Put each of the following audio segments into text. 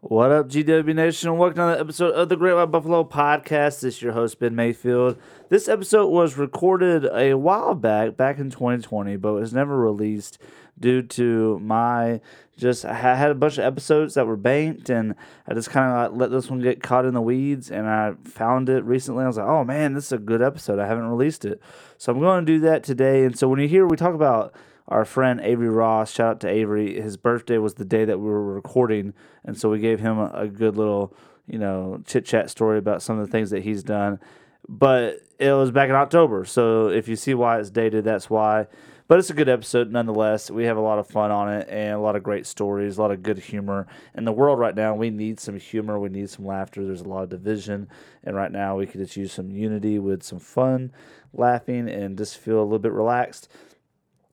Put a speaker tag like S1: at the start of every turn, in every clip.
S1: What up, GW Nation? Welcome to another episode of the Great White Buffalo Podcast. This is your host, Ben Mayfield. This episode was recorded a while back, back in 2020, but was never released due to my just, I ha- had a bunch of episodes that were banked, and I just kind of like let this one get caught in the weeds. And I found it recently. I was like, oh man, this is a good episode. I haven't released it. So I'm going to do that today. And so when you hear we talk about our friend Avery Ross. Shout out to Avery. His birthday was the day that we were recording, and so we gave him a, a good little, you know, chit chat story about some of the things that he's done. But it was back in October, so if you see why it's dated, that's why. But it's a good episode nonetheless. We have a lot of fun on it and a lot of great stories, a lot of good humor. In the world right now, we need some humor, we need some laughter. There's a lot of division, and right now we could just use some unity with some fun, laughing, and just feel a little bit relaxed.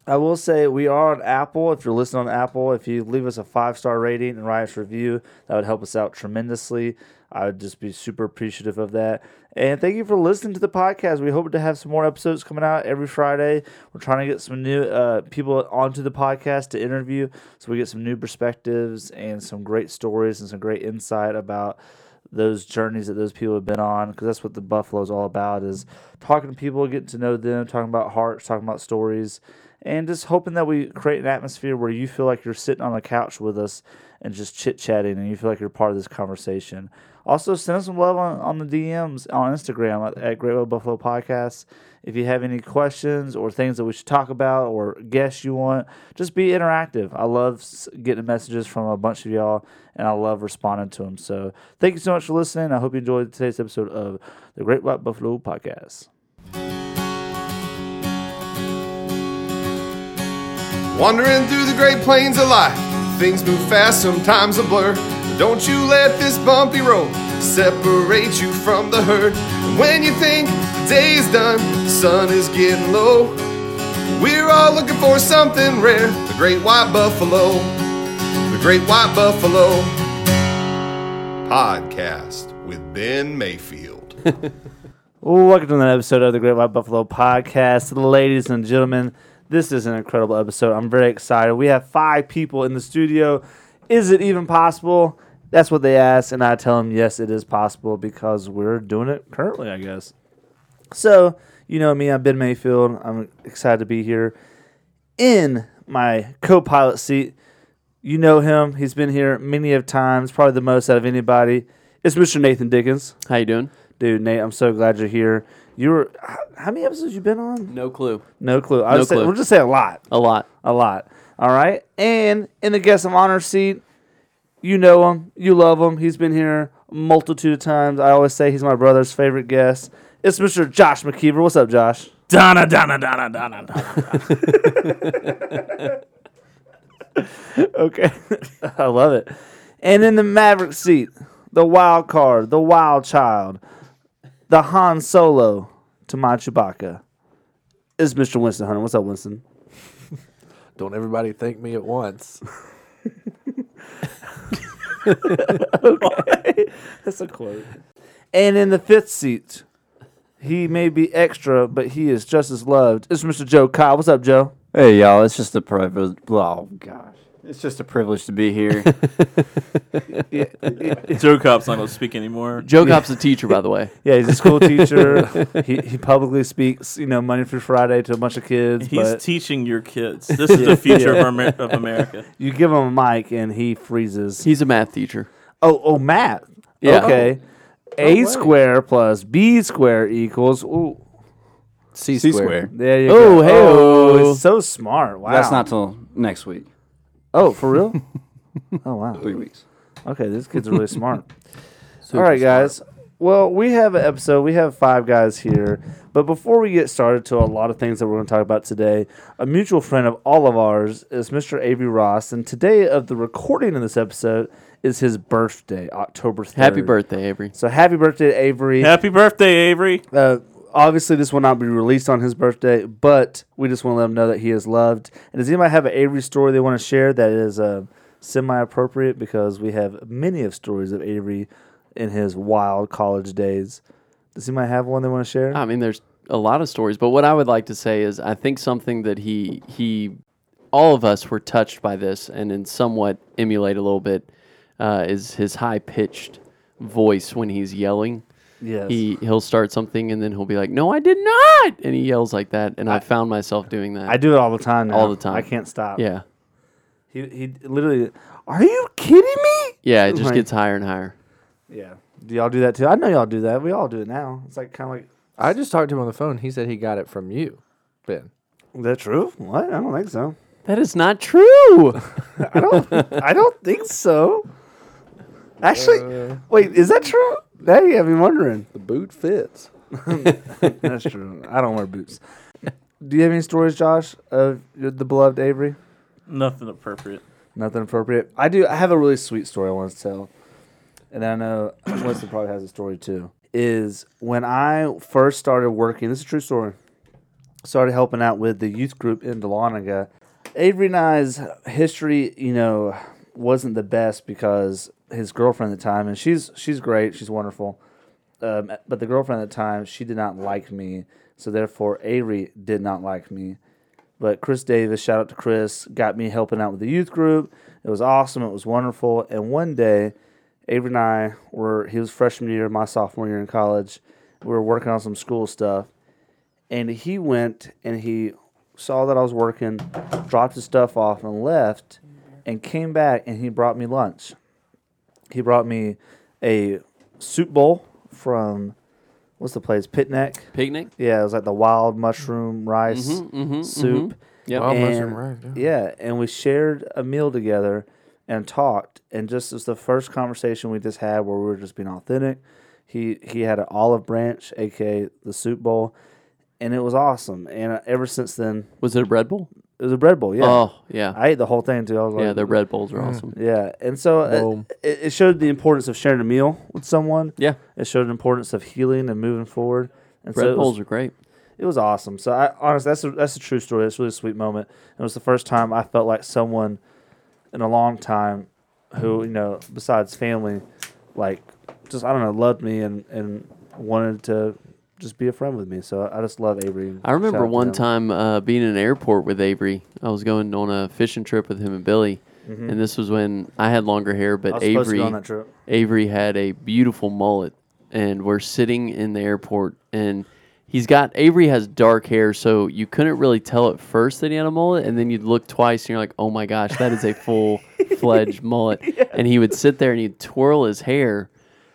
S1: I will say we are on Apple. If you're listening on Apple, if you leave us a five star rating and write us a review, that would help us out tremendously. I would just be super appreciative of that. And thank you for listening to the podcast. We hope to have some more episodes coming out every Friday. We're trying to get some new uh, people onto the podcast to interview so we get some new perspectives and some great stories and some great insight about those journeys that those people have been on because that's what the buffalo is all about is talking to people getting to know them talking about hearts talking about stories and just hoping that we create an atmosphere where you feel like you're sitting on a couch with us and just chit chatting and you feel like you're part of this conversation also send us some love on, on the dms on instagram at, at great White buffalo podcast if you have any questions or things that we should talk about or guests you want just be interactive i love s- getting messages from a bunch of y'all and i love responding to them so thank you so much for listening i hope you enjoyed today's episode of the great white buffalo podcast
S2: Wandering through the great plains of life, things move fast, sometimes a blur. Don't you let this bumpy road separate you from the herd. And when you think the day is done, the sun is getting low. We're all looking for something rare, the great white buffalo, the great white buffalo podcast with Ben Mayfield.
S1: Welcome to another episode of the Great White Buffalo Podcast. Ladies and gentlemen, this is an incredible episode. I'm very excited. We have five people in the studio. Is it even possible? That's what they ask, and I tell them, yes, it is possible because we're doing it currently, I guess. So, you know me, I'm Ben Mayfield. I'm excited to be here in my co pilot seat. You know him, he's been here many of times, probably the most out of anybody. It's Mr. Nathan Dickens.
S3: How you doing?
S1: Dude, Nate, I'm so glad you're here. You were h- how many episodes you been on?
S3: No clue.
S1: No clue. I would say,
S3: clue.
S1: We'll just say a lot,
S3: A lot.
S1: a lot. All right. And in the guest of honor seat, you know him, you love him. He's been here multitude of times. I always say he's my brother's favorite guest. It's Mr. Josh McKeever. What's up, Josh?
S4: Donna, Donna, Donna, Donna, Donna.
S1: Okay, I love it. And in the Maverick seat, the wild card, the wild child, the Han Solo to my Chewbacca is Mr. Winston Hunter. What's up, Winston?
S5: Don't everybody thank me at once.
S1: That's a quote. And in the fifth seat, he may be extra, but he is just as loved. It's Mr. Joe Kyle. What's up, Joe?
S6: Hey y'all, it's just a privilege. Oh gosh, it's just a privilege to be here.
S4: Joe Cop's not going to speak anymore.
S3: Joe Cop's a teacher, by the way.
S1: Yeah, he's a school teacher. he, he publicly speaks, you know, Monday through Friday to a bunch of kids.
S4: He's
S1: but
S4: teaching your kids. This is the future of, Amer- of America.
S1: you give him a mic and he freezes.
S3: He's a math teacher.
S1: oh, oh, Matt.
S3: Yeah.
S1: Okay. A square plus B square equals. Ooh,
S6: C
S1: there you go.
S3: Oh, hey-o.
S1: it's so smart. Wow.
S6: That's not till next week.
S1: Oh, for real? oh, wow.
S6: Three weeks.
S1: Okay, these kids are really smart. All right, guys. Well, we have an episode. We have five guys here. But before we get started to a lot of things that we're going to talk about today, a mutual friend of all of ours is Mr. Avery Ross. And today of the recording of this episode is his birthday, October 3rd.
S3: Happy birthday, Avery.
S1: So happy birthday to Avery.
S4: Happy birthday, Avery.
S1: Uh, obviously, this will not be released on his birthday, but we just want to let him know that he is loved. And does anybody have an Avery story they want to share that is uh, semi appropriate? Because we have many of stories of Avery in his wild college days. Does anybody have one they want to share?
S3: I mean, there's a lot of stories, but what I would like to say is I think something that he he all of us were touched by this and in somewhat emulate a little bit uh, is his high pitched voice when he's yelling.
S1: Yes.
S3: He he'll start something and then he'll be like, "No, I did not," and he yells like that. And I, found myself doing that.
S1: I do it all the time. Now.
S3: All the time.
S1: I can't stop.
S3: yeah,
S1: He he literally. Are you kidding me?
S3: yeah. It just
S1: Right.
S3: gets higher and higher.
S1: Yeah. Do y'all do that too? I know y'all do that. We all do it now. It's like kind of like.
S5: I just talked to him on the phone. He said he got it from you, Ben.
S1: Is that true? What? I don't think so.
S3: That is not true.
S1: I don't. I don't think so. Actually, wait. Is that true? Now you have me wondering.
S5: Uh, The boot fits.
S1: That's true. I don't wear boots. Do you have any stories, Josh, of your- the beloved Avery?
S4: Nothing appropriate.
S1: Nothing appropriate. I do. I have a really sweet story I want to tell, and I know Winston probably has a story too. Is when I first started working. This is a true story. Started helping out with the youth group in Dahlonega. Avery and I's history, you know, wasn't the best because his girlfriend at the time, and she's she's great, she's wonderful, um, but the girlfriend at the time, she did not like me, so therefore Avery did not like me. But Chris Davis, shout out to Chris, got me helping out with the youth group. It was awesome. It was wonderful. And one day, Avery and I were, he was freshman year, my sophomore year in college. We were working on some school stuff. And he went and he saw that I was working, dropped his stuff off and left, and came back and he brought me lunch. He brought me a soup bowl from, what's the place? Pitneck.
S3: Picnic.
S1: Yeah, it was like the wild mushroom rice
S3: mhm,
S1: soup.
S3: Yep.
S5: Wild mushroom
S1: And-
S5: rice, yeah.
S1: yeah, and we shared a meal together and talked. And just as the first conversation we just had, where we were just being authentic, he he had an olive branch, aka the soup bowl, and it was awesome. And uh, ever since then,
S3: Was it a Red Bull?
S1: it was a bread bowl. Yeah,
S3: Oh yeah,
S1: I Mm. ate the whole thing too. I was like,
S3: yeah. The Red Bulls are awesome.
S1: yeah, and so uh,
S5: Boom.
S1: it, it showed the importance of sharing a meal with someone.
S3: Yeah,
S1: It showed the importance of healing and moving forward. And so it
S3: Red
S1: was
S3: Bulls are great.
S1: it was awesome. So I honestly, that's a, that's a true story. It's a really sweet moment. It was the first time I felt like someone in a long time who you know besides family, like just I don't know, loved me and and wanted to just be a friend with me. So I just love Avery. and
S3: I remember
S1: shout out to
S3: one
S1: them.
S3: time uh, being in an airport with Avery. I was going on a fishing trip with him and Billy, and this was when I had longer hair,
S1: Mm-hmm. I
S3: but
S1: was supposed to
S3: Avery
S1: go on that trip.
S3: Avery had a beautiful mullet, and we're sitting in the airport, and he's got Avery has dark hair, so you couldn't really tell at first that he had a mullet, and then you'd look twice, and you're like, oh my gosh, that is a full fledged mullet, and he would sit there and he'd twirl his hair,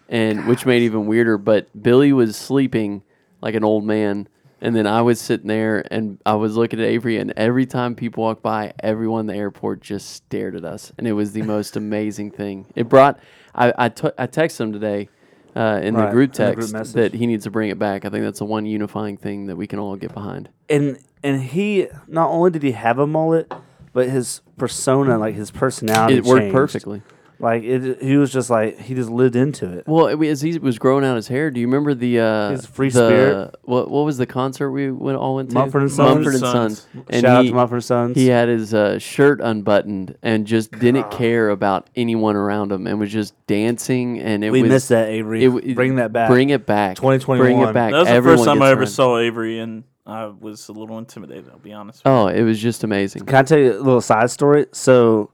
S3: and which made it even weirder. But Billy was sleeping like an old man. And then I was sitting there and I was looking at Avery, and every time people walked by, everyone in the airport just stared at us. And it was the most amazing thing. It brought, I I t- I texted him today uh, in,
S1: Right, in the
S3: the group
S1: group
S3: text
S1: message.
S3: that he needs to bring it back. I think that's the one unifying thing that we can all get behind.
S1: and and he not only did he have a mullet, but his persona, like his personality,
S3: It worked
S1: changed.
S3: perfectly.
S1: Like it, he was just like he just lived into it.
S3: Well, it, wa- as he was growing out his hair, do you remember the uh,
S1: His free
S3: the-
S1: spirit?
S3: What what was the concert we went, all went to?
S1: Mumford and Sons.
S3: Mumford and
S4: Sons.
S3: Sons. And
S1: Shout out
S3: he-
S1: to Mumford and Sons.
S3: He had his uh, shirt unbuttoned and just didn't care about anyone around him and was just dancing. And it
S1: We
S3: was,
S1: missed that, Avery.
S3: w-
S1: Bring that back.
S3: Bring it back. Bring
S1: 2021.
S3: it back.
S4: That was
S3: Everyone
S4: the first time
S3: gets
S4: I ever
S3: around.
S4: saw Avery, and I was a little intimidated. I'll be honest.
S3: Oh, it was just amazing.
S1: Can I tell you a little side story? So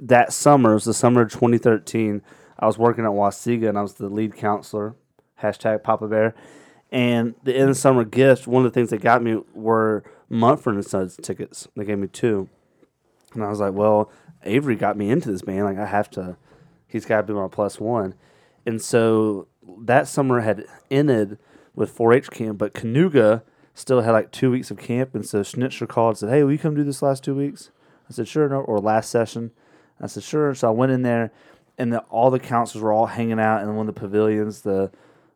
S1: that summer, it was the summer of 2013. I was working at Wasiga and I was the lead counselor. Hashtag Papa Bear. And the end of summer gift, one of the things that got me were Mumford and Sons tickets. They gave me two. And I was like, well, Avery got me into this band. Like, I have to, he's got to be my plus one. And so that summer had ended with 4 H camp, but Canuga still had like two weeks of camp. And so Schnitzer called and said, hey, will you come do this last two weeks? I said, sure, no, or last session. I said, sure. So I went in there, and the, all the counselors were all hanging out in one of the pavilions, the,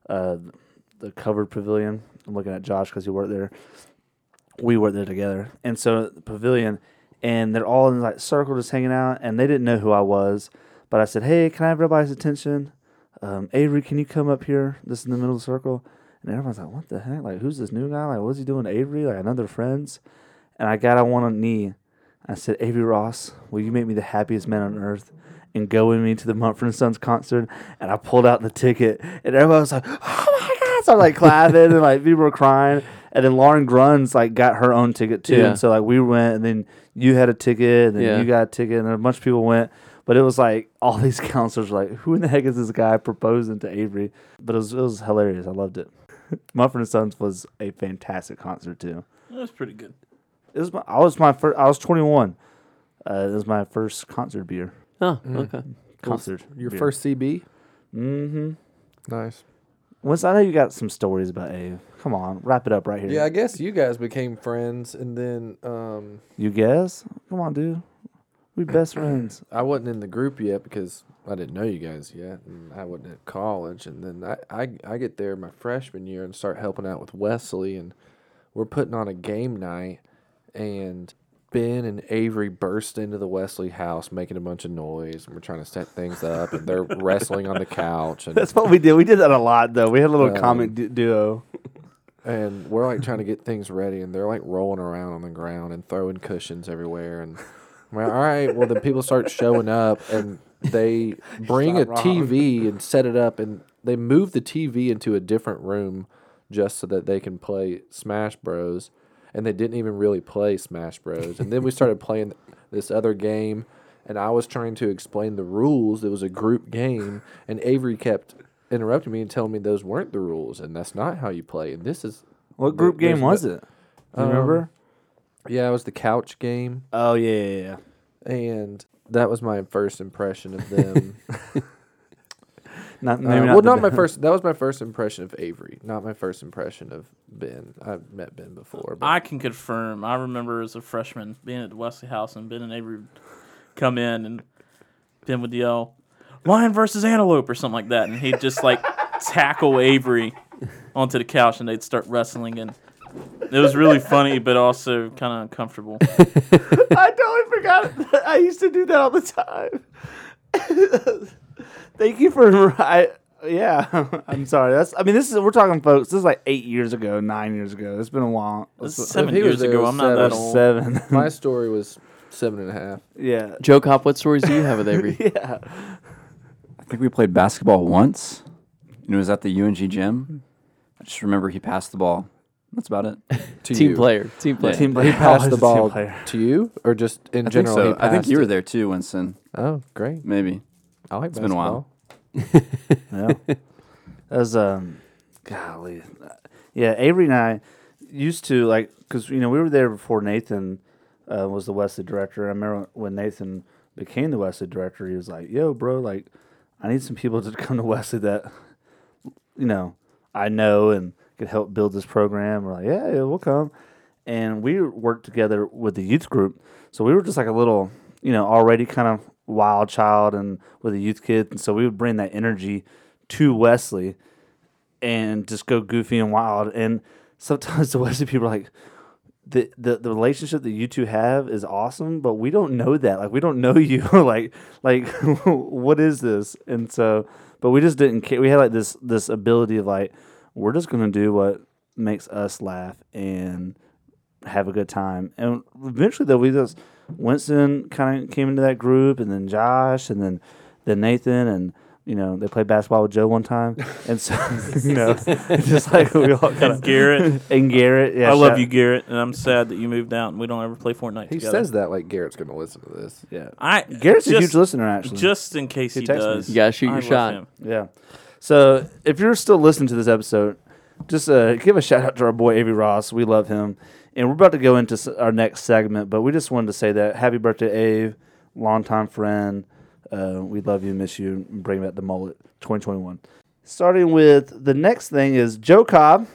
S1: uh, the covered pavilion. I'm looking at Josh because he worked there we were there together. And so the pavilion, and they're all in like circle just hanging out, and they didn't know who I was. But I said, Hey, can I have everybody's attention? Um, Avery, can you come up here? This is in the middle of the circle. And everyone's like, What the heck? Like, who's this new guy? Like, what's he doing, to Avery? Like, I know they're friends. And I got on one knee. I said, Avery Ross, will you make me the happiest man on earth? And go with me to the Mumford and Sons concert, and I pulled out the ticket, and everyone was like, "Oh my god!" So I'm like clapping, and like people were crying, and then Lauren Grunz like got her own ticket too,
S3: Yeah.
S1: and so like we went, and then you had a ticket, and then
S3: Yeah.
S1: you got a ticket, and then a bunch of people went, But it was like all these counselors were like, "Who in the heck is this guy proposing to Avery?" But it was, it was hilarious. I loved it. Mumford and Sons was a fantastic concert too.
S4: That was pretty good.
S1: It was my, I was my first. I was 21. Uh, it was my first concert beer.
S3: Oh, okay.
S1: Concert.
S5: Your
S1: beer.
S5: first CB? Mm-hmm. Nice.
S1: Once I know you got some stories about Ave. Come on, wrap it up right here.
S5: Yeah, I guess you guys became friends, and then um,
S1: You guess? Come on, dude. We best friends.
S5: I wasn't in the group yet because I didn't know you guys yet, and I wasn't at college. And then I, I, I get there my freshman year and start helping out with Wesley, and we're putting on a game night, and Ben and Avery burst into the Wesley house making a bunch of noise, and we're trying to set things up, and they're wrestling on the couch, and
S1: That's what we did. We did that a lot, though. We had a little comic du- duo.
S5: and we're like trying to get things ready, and they're like rolling around on the ground and throwing cushions everywhere, and we're like, all right, well then people start showing up, and they bring a TV and set it up, and they move the TV into a different room just so that they can play Smash Bros. And they didn't even really play Smash Bros. And then we started playing this other game, and I was trying to explain the rules. It was a group game, and Avery kept interrupting me and telling me those weren't the rules, and that's not how you play. And this is
S1: What group
S5: There's
S1: game
S5: no-
S1: was it? Do you remember?
S5: yeah, it was the couch game,
S1: Um, Oh yeah, yeah, yeah.
S5: and that was my first impression of them.
S1: Not
S5: Uh,
S1: maybe not.
S5: well,
S1: the
S5: not my
S1: best.
S5: first. That was my first impression of Avery. Not my first impression of Ben. I've met Ben before. But
S4: I can confirm. I remember as a freshman being at the Wesley House and Ben and Avery would come in and Ben would yell, "Lion versus antelope" or something like that, and he'd just like tackle Avery onto the couch and they'd start wrestling and. It was really funny, but also kind of uncomfortable.
S1: I totally forgot. it. I used to do that all the time. Thank you for I, yeah. I'm sorry. That's I mean this is we're talking folks. This is like eight years ago, nine years ago. It's been a while.
S4: This is
S1: It's
S4: seven
S5: he
S4: years
S5: was there,
S4: ago. I'm not
S5: seven.
S4: that old.
S1: seven.
S5: my story was seven and a half.
S1: yeah.
S3: Joe Cop, what stories do you have with Avery?
S1: Yeah.
S6: I think we played basketball once, and it was at the UNG gym. I just remember he passed the ball. That's about it.
S5: To
S3: Team
S5: you.
S3: player. Team player.
S1: Team
S5: He
S1: player.
S6: Oh,
S5: passed
S1: Always Oh, a
S5: the
S1: team
S5: ball
S1: player.
S5: to you, or just in
S6: I think
S5: general.
S6: so.
S5: he
S6: I think
S5: passed
S6: you were
S5: it?
S6: there too, Winston.
S5: Oh, great!
S6: Maybe.
S5: I like
S6: been a while.
S5: basketball.
S1: Yeah. That was um golly. Yeah, Avery and I used to like cuz you know, we were there before Nathan uh, was the Wesley director. I remember when Nathan became the Wesley director, he was like, "Yo, bro, like I need some people to come to Wesley that you know, I know and could help build this program. We're like, yeah, yeah, we'll come. And we worked together with the youth group. So we were just like a little, you know, already kind of wild child and with a youth kid. And so we would bring that energy to Wesley and just go goofy and wild. And sometimes the Wesley people are like, the, the, the relationship that you two have is awesome, but we don't know that. Like we don't know you. like like what is this? And so, but we just didn't care. We had like this this ability of like we're just gonna do what makes us laugh and have a good time. And eventually, though, we just Winston kind of came into that group, and then Josh, and then then Nathan, and you know they played basketball with Joe one time, and so you know just like we all kind of
S4: Garrett,
S1: and Garrett. Yeah,
S4: I love
S1: shout-
S4: you, Garrett, and I'm sad that you moved out and we don't ever play Fortnite
S5: He
S4: together.
S5: says that like Garrett's going to listen to this.
S1: Yeah.
S4: I
S1: Garrett's
S4: just,
S1: a huge listener, actually.
S4: Just in case he,
S1: texted me.
S4: does,
S3: You gotta shoot your
S4: I love
S3: shot.
S4: him.
S1: yeah. So if you're still listening to this episode, just uh, give a shout out to our boy Avery Ross. We love him, and we're about to go into s- our next segment. But we just wanted to say that happy birthday, Ave, longtime friend. Uh, we love you, miss you, and bring back the mullet, 2021. Starting with the next thing is Joe Cobb.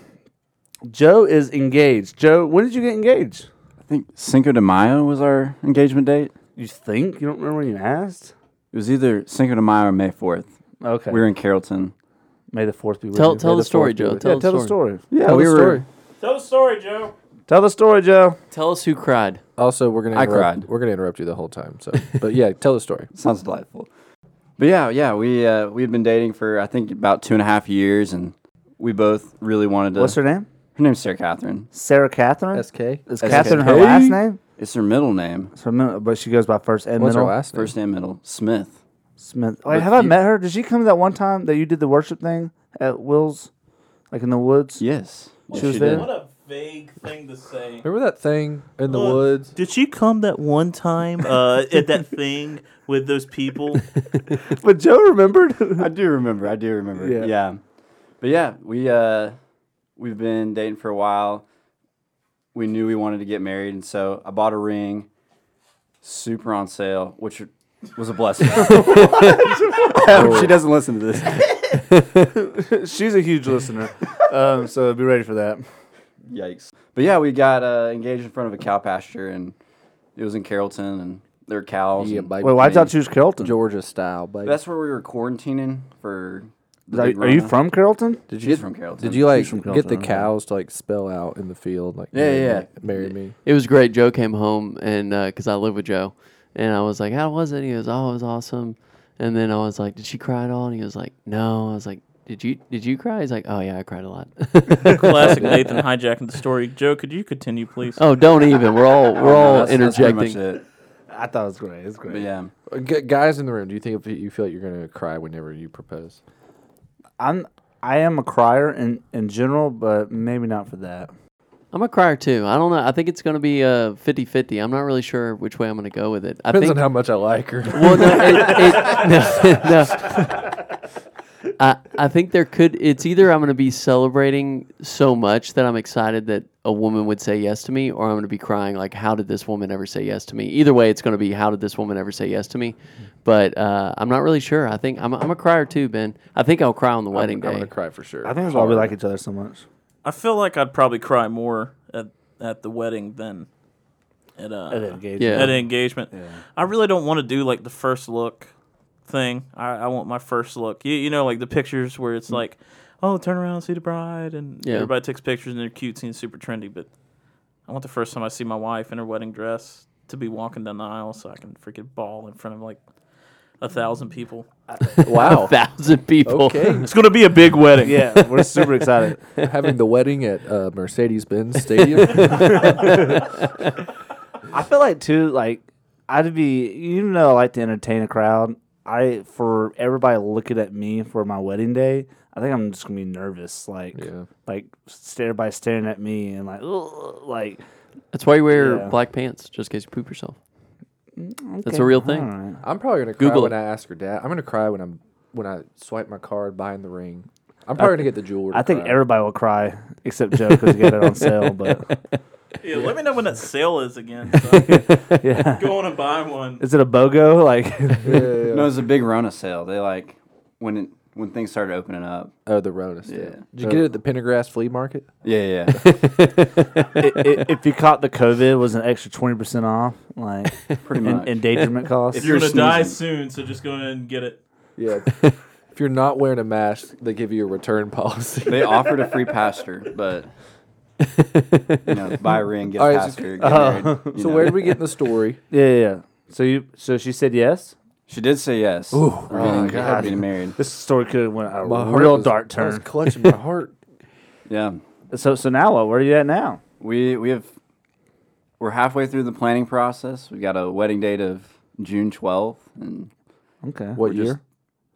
S1: Joe is engaged. Joe, when did you get engaged?
S6: I think Cinco de Mayo was our engagement date.
S1: You think you don't remember when you asked?
S6: It was either Cinco de Mayo or May 4th.
S1: Okay.
S6: We were in Carrollton.
S1: May the fourth be with
S3: Tell-
S1: you.
S3: tell
S1: May
S3: the story,
S1: fourth be
S3: Joe.
S1: with-
S3: Tell
S1: yeah,
S3: the
S1: tell the story.
S6: Yeah,
S5: Tell
S6: we
S5: the
S6: were.
S5: story.
S4: Tell the story, Joe.
S1: Tell the story, Joe.
S3: Tell us who cried.
S5: Also, we're going to.
S6: I cried.
S5: We're going to interrupt you the whole time. So, but yeah, tell the story.
S6: Sounds delightful. But yeah, yeah, we uh, we had been dating for I think about two and a half years, and we both really wanted to.
S1: What's her name?
S6: Her name's Sarah Catherine.
S1: Sarah Catherine.
S5: SK.
S1: Is
S6: SK.
S1: Catherine her last name?
S6: It's her middle name,
S1: It's her middle, but she goes by first and
S5: What's her
S1: middle.
S5: last name?
S6: first name, middle Smith.
S1: Smith. Wait,
S6: But
S1: have I
S6: you-
S1: met her? Did she come that one time that you did the worship thing at Will's, like in the woods?
S6: Yes,
S1: she was there?
S6: did.
S4: a vague thing to say.
S5: Remember that thing in the
S4: Look.
S5: woods?
S4: Did you come that one time uh, at that thing with those people?
S1: But Joe remembered.
S6: I do remember. I do remember.
S5: Yeah.
S6: Yeah. But yeah, we uh we've been dating for a while. We knew we wanted to get married, and so I bought a ring, super on sale, which was a blessing. I hope she doesn't listen to this.
S1: She's a huge listener, um, so be ready for that.
S6: Yikes. But yeah, we got uh, engaged in front of a cow pasture, and it was in Carrollton, and there were cows. and-
S5: baby.
S1: Wait, why did I choose Carrollton?
S5: Georgia style, baby.
S6: That's where we were quarantining for. the
S1: Are,
S6: big
S1: are you
S6: rona.
S1: from Carrollton?
S5: did
S6: She's from Carrollton.
S5: Did you like
S1: from
S5: get
S1: Carrollton,
S5: the
S1: okay.
S5: cows to like spell out in the field? Like,
S6: Yeah,
S5: marry
S6: yeah.
S5: me- marry me.
S3: It was great. Joe came home and because I live with Joe, and I was like, "How was it?" And he goes, "Oh, it was awesome." And then I was like, "Did she cry at all?" And he was like, "No." I was like, "Did you Did you cry?" He's like, "Oh yeah, I cried a lot."
S4: Classic Nathan hijacking the story. Joe, could you continue, please?
S3: oh, don't even. We're all we're
S6: No,
S3: all
S6: that's- that's pretty
S3: interjecting.
S6: much it.
S1: I thought it was great. It's great.
S6: But yeah.
S5: Uh, gu- guys in the room, do you think if you feel like you're gonna cry whenever you propose?
S1: I'm I am a crier in in general, but maybe not for that.
S3: I'm a crier too. I don't know. I think it's going to be uh 50-50. I'm not really sure which way I'm going to go with it. I
S5: Depends
S3: think
S5: on how much I like her.
S3: Well, no, it, it, no, no. I, I think there could. It's either I'm going to be celebrating so much that I'm excited that a woman would say yes to me, or I'm going to be crying like, "How did this woman ever say yes to me?" Either way, it's going to be, "How did this woman ever say yes to me?" But uh, I'm not really sure. I think I'm, I'm a crier too, Ben. I think I'll cry on the
S5: I'm,
S3: wedding
S5: I'm
S3: day.
S5: gonna cry for sure.
S1: I think that's why we like each other so much.
S4: I feel like I'd probably cry more at, at the wedding than at uh,
S1: At engagement.
S3: Yeah.
S4: at an engagement. I really don't want to do like the first look thing. I, I want my first look. You, you know, like the pictures where it's like, oh, turn around, see the bride, and
S3: Mm. Yeah.
S4: everybody takes pictures and they're cute, and super trendy. But I want the first time I see my wife in her wedding dress to be walking down the aisle so I can freaking ball in front of like a thousand people.
S3: a thousand people.
S5: Okay,
S4: It's gonna be a big wedding.
S1: Yeah, we're super excited.
S5: having the wedding at uh, Mercedes-Benz Stadium.
S1: I feel like too, like I'd be, you know, I like to entertain a crowd. I for everybody looking at me for my wedding day, I think I'm just gonna be nervous, like,
S5: Yeah.
S1: like stare by staring at me and like, "Ugh," like
S3: That's why you wear
S1: Yeah.
S3: black pants, just in case you poop yourself. That's a real thing.
S1: all right.
S5: I'm probably gonna cry
S3: Google
S5: when
S3: it.
S5: I ask her dad. I'm gonna cry when I'm when I swipe my card buying the ring. I'm probably gonna get the jewelry.
S1: I think
S5: cry.
S1: everybody will cry except Joe because he got it on sale. But
S4: Yeah, Let me know when that sale is again. So I can
S1: yeah,
S4: go on and buy one.
S1: is it a BOGO? Like,
S6: No, it was a big Rona sale. They like when it, when things started opening up.
S5: Oh, the Rona. Oh. Yeah.
S6: Yeah.
S5: Did you get it at the Pendergrass Flea Market?
S6: Yeah, yeah,
S1: i i if you caught the COVID, it was an extra twenty percent off, like,
S6: pretty
S1: in,
S6: much.
S1: endangerment costs.
S6: If
S4: You're gonna
S6: You're
S4: die soon,
S6: sneezing.
S4: so just go ahead and get it.
S5: Yeah. if you're not wearing a mask, they give you a return policy.
S6: they offered a free pasture, but you know, buy a ring, get
S5: All
S6: a
S5: right, so-
S6: pasture. get married, you
S5: So
S6: know.
S5: where did we get in the story?
S1: yeah, yeah, yeah. So you, so she said yes.
S6: She did say yes. Ooh, we're getting, we're getting married.
S1: This story could have went a
S5: heart
S1: real
S5: was-
S1: dark
S5: I was
S1: turn.
S5: clutching my heart.
S6: Yeah,
S1: So so now what? Where are you at now?
S6: we we have we're halfway through the planning process. We've got a wedding date of June twelfth and
S1: Okay.
S5: What
S6: just-
S5: year?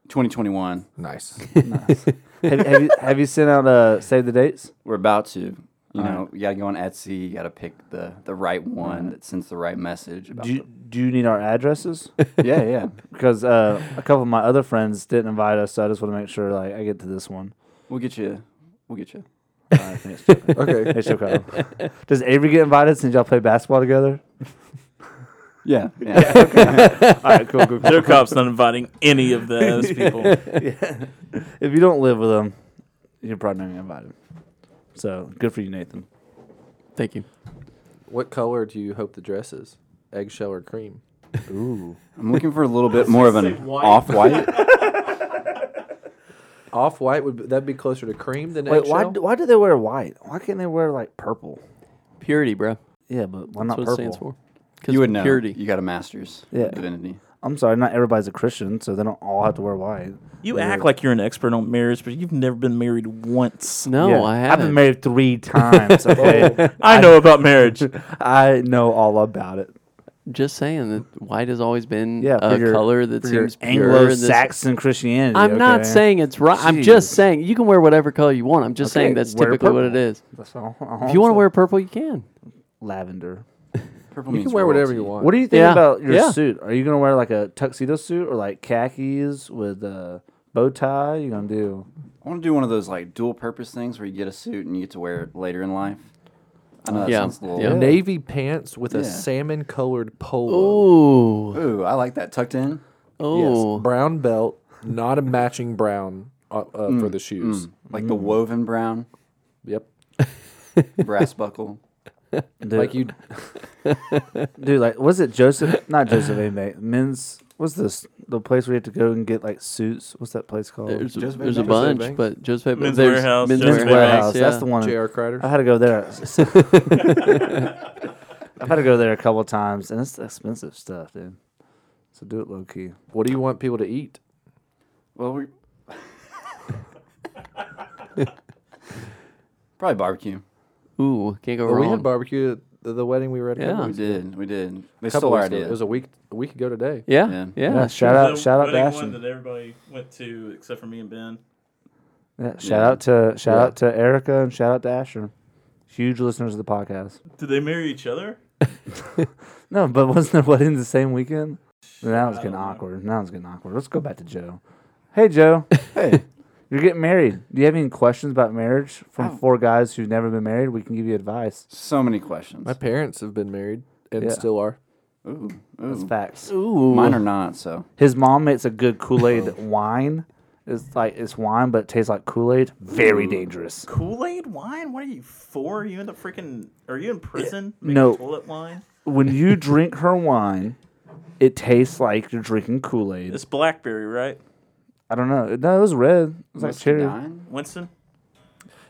S6: twenty twenty one.
S5: Nice.
S1: have, have you have you sent out uh save the dates?
S6: We're about to. You know, you gotta go on Etsy. You gotta pick the the right one that sends the right message. About
S1: Do you, do you need our addresses?
S6: the, yeah, yeah.
S1: Because uh, a couple of my other friends didn't invite us, so I just want to make sure like I get to this one.
S6: We'll get you. We'll get you.
S1: All right, thanks, Jacob.
S5: Okay.
S1: Thanks, Jacob. Does Avery get invited since y'all play basketball together?
S6: Yeah. yeah.
S1: All right, cool, cool. cool.
S4: Joe Cobb's not inviting any of those people.
S1: if you don't live with them, you're probably not gonna get invited. So good for you, Nathan.
S3: Thank you.
S5: What color do you hope the dress is? Eggshell or cream?
S1: Ooh,
S6: I'm looking for a little bit more of an
S4: white.
S6: off white.
S5: Off white would that be closer to cream than
S1: wait,
S5: eggshell?
S1: why do, why do they wear white? Why can't they wear like purple?
S3: Purity, bro.
S1: Yeah, but why
S3: That's
S1: not
S3: what
S1: purple?
S3: it stands for. 'Cause
S6: You would know.
S3: Purity.
S6: You got a master's.
S1: Yeah.
S6: of Divinity.
S1: I'm sorry, not everybody's a Christian, so they don't all have to wear white.
S4: You act like you're an expert on marriage, but you've never been married once.
S3: No, I
S1: have
S3: haven't. Oh.
S1: been married three times. Okay,
S4: I know about marriage.
S1: I know all about it.
S3: just saying that white has always been
S1: Yeah,
S3: a
S1: for your-
S3: color that
S1: for your
S3: seems pure and this-
S1: Anglo-Saxon Christianity.
S3: I'm not
S1: okay?
S3: saying it's right. I'm just saying you can wear whatever color you want. I'm just
S1: Okay,
S3: saying that's
S1: wear
S3: typically what it
S1: purple.
S3: is.
S1: That's all.
S3: If you want to wear purple, you can.
S1: lavender.
S6: Purple
S5: You
S6: means
S5: can wear whatever you
S6: royalty.
S5: want.
S1: What do you think
S3: Yeah.
S1: about your
S3: Yeah.
S1: suit? Are you gonna wear like a tuxedo suit or like khakis with a bow tie? You gonna do?
S6: I want to do one of those like dual purpose things where you get a suit and you get to wear it later in life. I know that
S3: Yeah.
S6: sounds a little.
S3: Yeah.
S5: Navy pants with
S6: Yeah.
S5: a salmon colored polo.
S3: Ooh,
S6: Ooh, I like that tucked in.
S3: ooh.
S5: Brown belt, not a matching brown uh, uh, for
S1: Mm.
S5: the shoes.
S6: Like the woven brown
S5: Yep.
S6: brass buckle.
S1: Dude,
S5: Like you
S1: dude, like was it Joseph? Not Joseph A. May. Men's. What's this? The place we have to go and get like suits. What's that place called?
S3: There's,
S6: Joseph
S3: there's a
S6: Banks.
S3: bunch,
S5: Banks.
S3: but Joseph Banks-
S4: Men's
S3: there's
S4: Warehouse,
S3: Men's
S4: Joseph
S1: Men's
S4: Banks.
S1: Warehouse.
S3: Yeah.
S1: That's the one.
S5: J.R. Crider.
S1: I had to go there. I've had to go there a couple times, and it's expensive stuff, dude. So do it low key.
S5: What do you want people to eat?
S6: Well, we probably barbecue.
S3: Ooh, can't go
S5: Well,
S3: wrong.
S5: we had barbecue at the, the wedding we were at. a couple
S3: Yeah.
S5: weeks-
S6: We did, we did. They
S5: couple
S6: stole our
S5: weeks ago.
S6: idea.
S5: It was a week a week ago today.
S3: yeah,
S6: Yeah.
S3: yeah.
S1: Yeah, shout out, shout out to
S4: one
S1: Ashton.
S4: that everybody went to except for me and Ben.
S1: Yeah, shout out to shout out to Erica and shout out to Ashton. Huge listeners of the podcast.
S4: Did they marry each other?
S1: No, but wasn't their wedding the same weekend? Now it's getting awkward. Now it's getting awkward. Let's go back to Joe. Hey, Joe. hey. You're getting married. Do you have any questions about marriage from four guys who've never been married? We can give you advice.
S6: so many questions.
S5: My parents have been married and
S1: Yeah.
S5: still are.
S6: Ooh,
S1: It's
S6: ooh.
S1: facts.
S3: Ooh,
S6: Mine are not. So
S1: His mom makes a good Kool Aid wine. It's like it's wine, but it tastes like Kool Aid. Very dangerous.
S4: Kool Aid wine? What are you for? Are you in the freaking? Are you in prison?
S1: no.
S4: Toilet wine.
S1: When you drink her wine, it tastes like you're drinking Kool Aid.
S4: It's blackberry, right,
S1: I don't know. No, it was red. It was like cherry.
S6: Nine?
S4: Winston?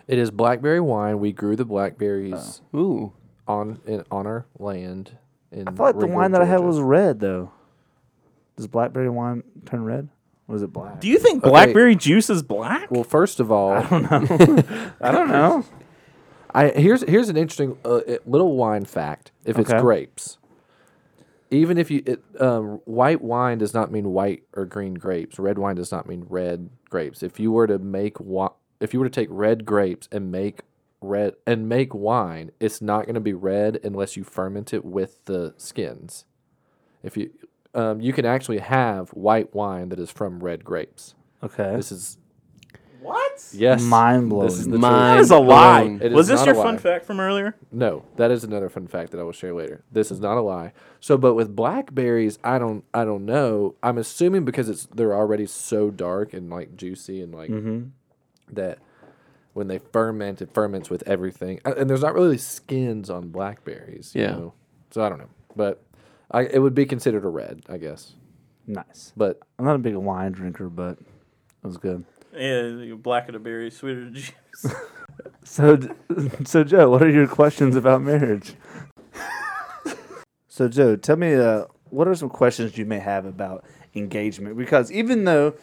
S5: It is blackberry wine. We grew the blackberries
S3: ooh.
S5: on in on our land. In
S1: Oh. I thought the wine that I had was red though. Does blackberry wine turn red? Or is it black?
S4: Do you think blackberry juice is black?
S5: Well, first of all, I don't know.
S1: I don't know.
S5: I here's here's an interesting uh, uh, little wine fact. If
S1: Okay.
S5: it's grapes, even if you it, um, white wine does not mean white or green grapes. Red wine does not mean red grapes. If you were to make wi- if you were to take red grapes and make red and make wine, it's not going to be red unless you ferment it with the skins. If you um, you can actually have white wine that is from red grapes.
S1: Okay.
S5: This is
S4: what?
S5: yes,
S1: Mind blowing.
S5: This is the truth.
S3: Mine
S4: That is a lie.
S3: blown.
S5: It is
S4: Was this
S5: not
S4: your
S5: a
S4: fun
S5: lie.
S4: fact from earlier?
S5: No, that is another fun fact that I will share later. This is not a lie. So, but with blackberries, I don't, I don't know. I'm assuming because it's they're already so dark and like juicy and like that when they ferment, it ferments with everything. Uh, And there's not really skins on blackberries. you
S3: Yeah.
S5: know? So I don't know, but I, it would be considered a red, I guess.
S1: nice.
S5: But
S1: I'm not a big wine drinker, but it was good.
S4: Yeah, you blacker the berry, sweeter the juice.
S1: So, d- so Joe, what are your questions about marriage? so, Joe, tell me, uh, what are some questions you may have about engagement? Because even though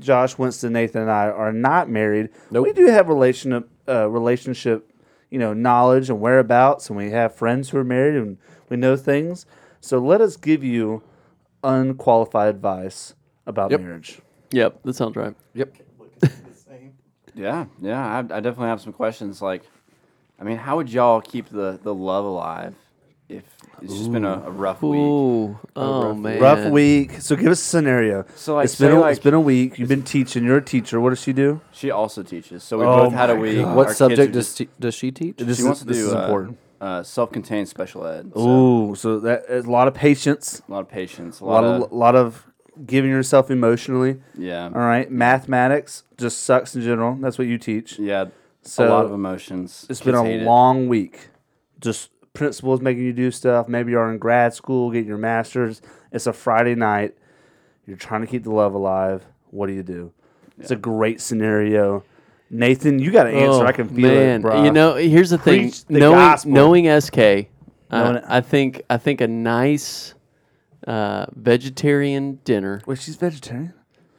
S1: Josh, Winston, Nathan, and I are not married,
S5: Nope.
S1: we do have relationship, uh, relationship, you know, knowledge and whereabouts, and we have friends who are married, and we know things. So, let us give you unqualified advice about marriage.
S3: Yep, that sounds right.
S5: yep,
S6: Yeah, yeah. I, I definitely have some questions. Like, I mean, how would y'all keep the the love alive if it's just been a, a rough week?
S3: Ooh, oh man,
S1: Rough week. So, give us a scenario.
S6: So, like,
S1: it's been
S6: say,
S1: a,
S6: like-
S1: it's been a week. You've been teaching. You're a teacher. What does she do?
S6: She also teaches, so we
S1: Oh
S6: both had a
S1: my
S6: week.
S1: God.
S5: what
S6: Our kids are
S5: subject does
S6: just-
S5: she, does she teach?
S1: This
S6: she
S1: is-
S6: wants to
S1: this
S6: do?
S1: is
S6: uh,
S1: important.
S6: Uh, self-contained special ed. So
S1: Ooh, so that is a lot of patience,
S6: a lot of patience. A
S1: a lot
S6: lot,
S1: of
S6: of
S1: lot of giving yourself emotionally.
S6: yeah,
S1: All right, mathematics just sucks in general. That's what you teach.
S6: yeah.
S1: So
S6: a lot of emotions.
S1: It's been
S6: Kids
S1: a
S6: hate it.
S1: long week. Just principals making you do stuff. Maybe you're in grad school, getting your master's. It's a Friday night. You're trying to keep the love alive. What do you do? It's a great scenario. Nathan, you got an answer. I can feel
S3: Oh, man.
S1: it, bro.
S3: You know, here's the thing.
S1: Preach the
S3: Knowing
S1: gospel.
S3: knowing SK, uh,
S1: Knowing it.
S3: I think I think a nice uh, vegetarian dinner.
S1: wait, she's vegetarian.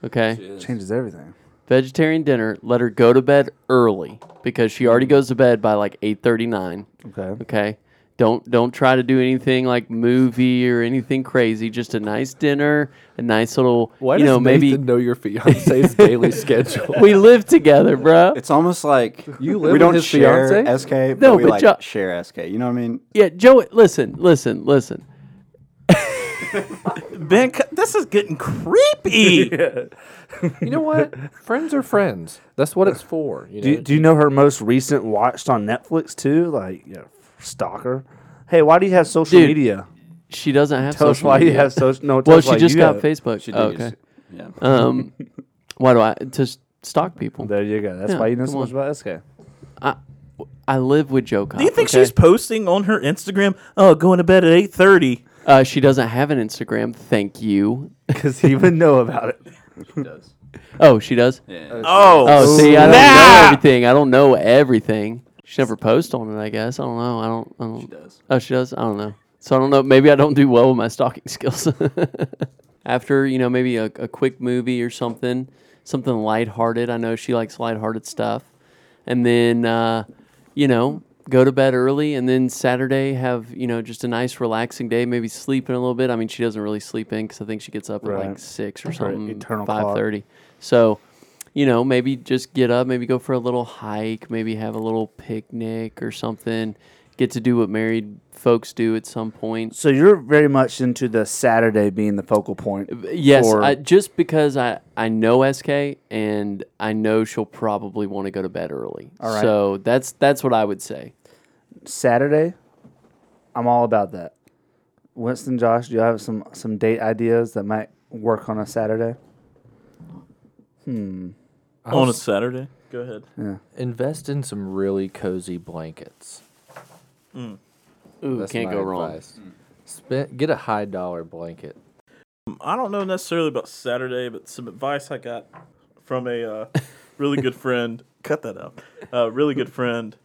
S3: Okay,
S1: Changes everything.
S3: vegetarian dinner. Let her go to bed early because she already goes to bed by like eight thirty nine.
S1: Okay.
S3: Okay, Don't don't try to do anything like movie or anything crazy. Just a nice dinner, a nice little
S5: Why
S3: you
S5: does
S3: know maybe
S5: Nathan know your fiance's daily schedule?
S3: we live together, bro.
S6: It's almost like
S5: You live
S6: we
S5: with
S6: don't
S5: his
S6: share
S5: fiancée?
S6: SK, but
S3: No,
S6: we
S3: but
S6: like
S3: Jo-
S6: share SK. You know what I mean?
S3: Yeah, Joey. Listen, listen, listen.
S4: Ben, c- this is getting creepy.
S5: You know what? friends are friends. That's what it's for. You know?
S1: Do you, do you know her most recent watched on Netflix too? Like, you know, stalker. Hey, why do you have social
S3: Dude,
S1: media?
S3: She doesn't have
S1: Tell us
S3: social
S1: why you
S3: media.
S1: have social. No, tell
S3: well,
S1: us
S3: she
S1: why
S3: just
S1: you
S3: got
S1: have it.
S3: Facebook.
S6: She did
S3: Oh, okay.
S6: just- Yeah.
S3: Um, why do I to s- stalk people?
S1: There you go. That's
S3: Yeah,
S1: why you know
S3: come
S1: so much
S3: on.
S1: about SK.
S3: I live with Joe. Cox,
S4: Do you think
S3: okay?
S4: she's posting on her Instagram? Oh, going to bed at eight thirty.
S3: Uh, she doesn't have an Instagram. Thank you.
S1: Because he would know about it.
S6: She does.
S3: Oh, she does.
S6: Yeah.
S4: Oh,
S3: Oh, see, I don't know
S4: snap!
S3: everything. I don't know everything. She never posts on it. I guess I don't know. I don't. I don't. She
S6: does.
S3: Oh, she does. I don't know. So I don't know. Maybe I don't do well with my stalking skills. After you know, maybe a, a quick movie or something, something lighthearted. I know she likes lighthearted stuff, and then uh, you know, go to bed early, and then Saturday have you know just a nice relaxing day. Maybe sleep in a little bit. I mean, she doesn't really sleep in because I think she gets up at like
S1: Right.
S3: six or
S1: Right,
S3: something,
S1: eternal clock.
S3: five thirty. So you know, maybe just get up, maybe go for a little hike, maybe have a little picnic or something. Get to do what married folks do at some point.
S1: So you're very much into the Saturday being the focal point.
S3: Yes,
S1: for-
S3: I, just because I, I know SK and I know she'll probably want to go to bed early.
S1: All right.
S3: So that's that's what I would say.
S1: Saturday, I'm all about that. Winston, Josh, do you have some some date ideas that might work on a Saturday?
S4: on a Saturday. Go ahead.
S5: Invest in some really cozy blankets.
S3: Ooh, can't
S5: my
S3: go wrong.
S5: advice. Spend, get a high dollar blanket.
S4: I don't know necessarily about Saturday, but some advice I got from a uh, really good friend. Cut that out. Uh, really good friend,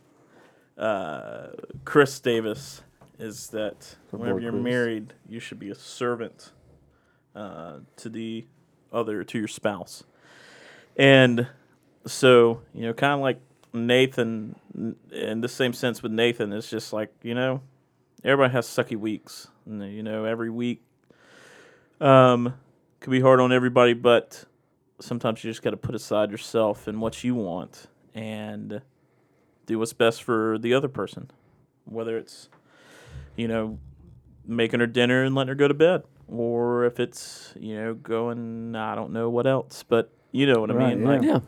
S4: uh, Chris Davis, is that whenever you're married, you should be a servant uh, to the other to your spouse, and so you know, kind of like Nathan, n- in the same sense with Nathan, it's just like you know, everybody has sucky weeks, and you know, every week um, could be hard on everybody, but sometimes you just got to put aside yourself and what you want and do what's best for the other person. Whether it's, you know, making her dinner and letting her go to bed, or if it's, you know, going, I don't know what else, but you know what I
S1: Right,
S4: mean?
S1: yeah.
S4: Like,
S3: Yeah.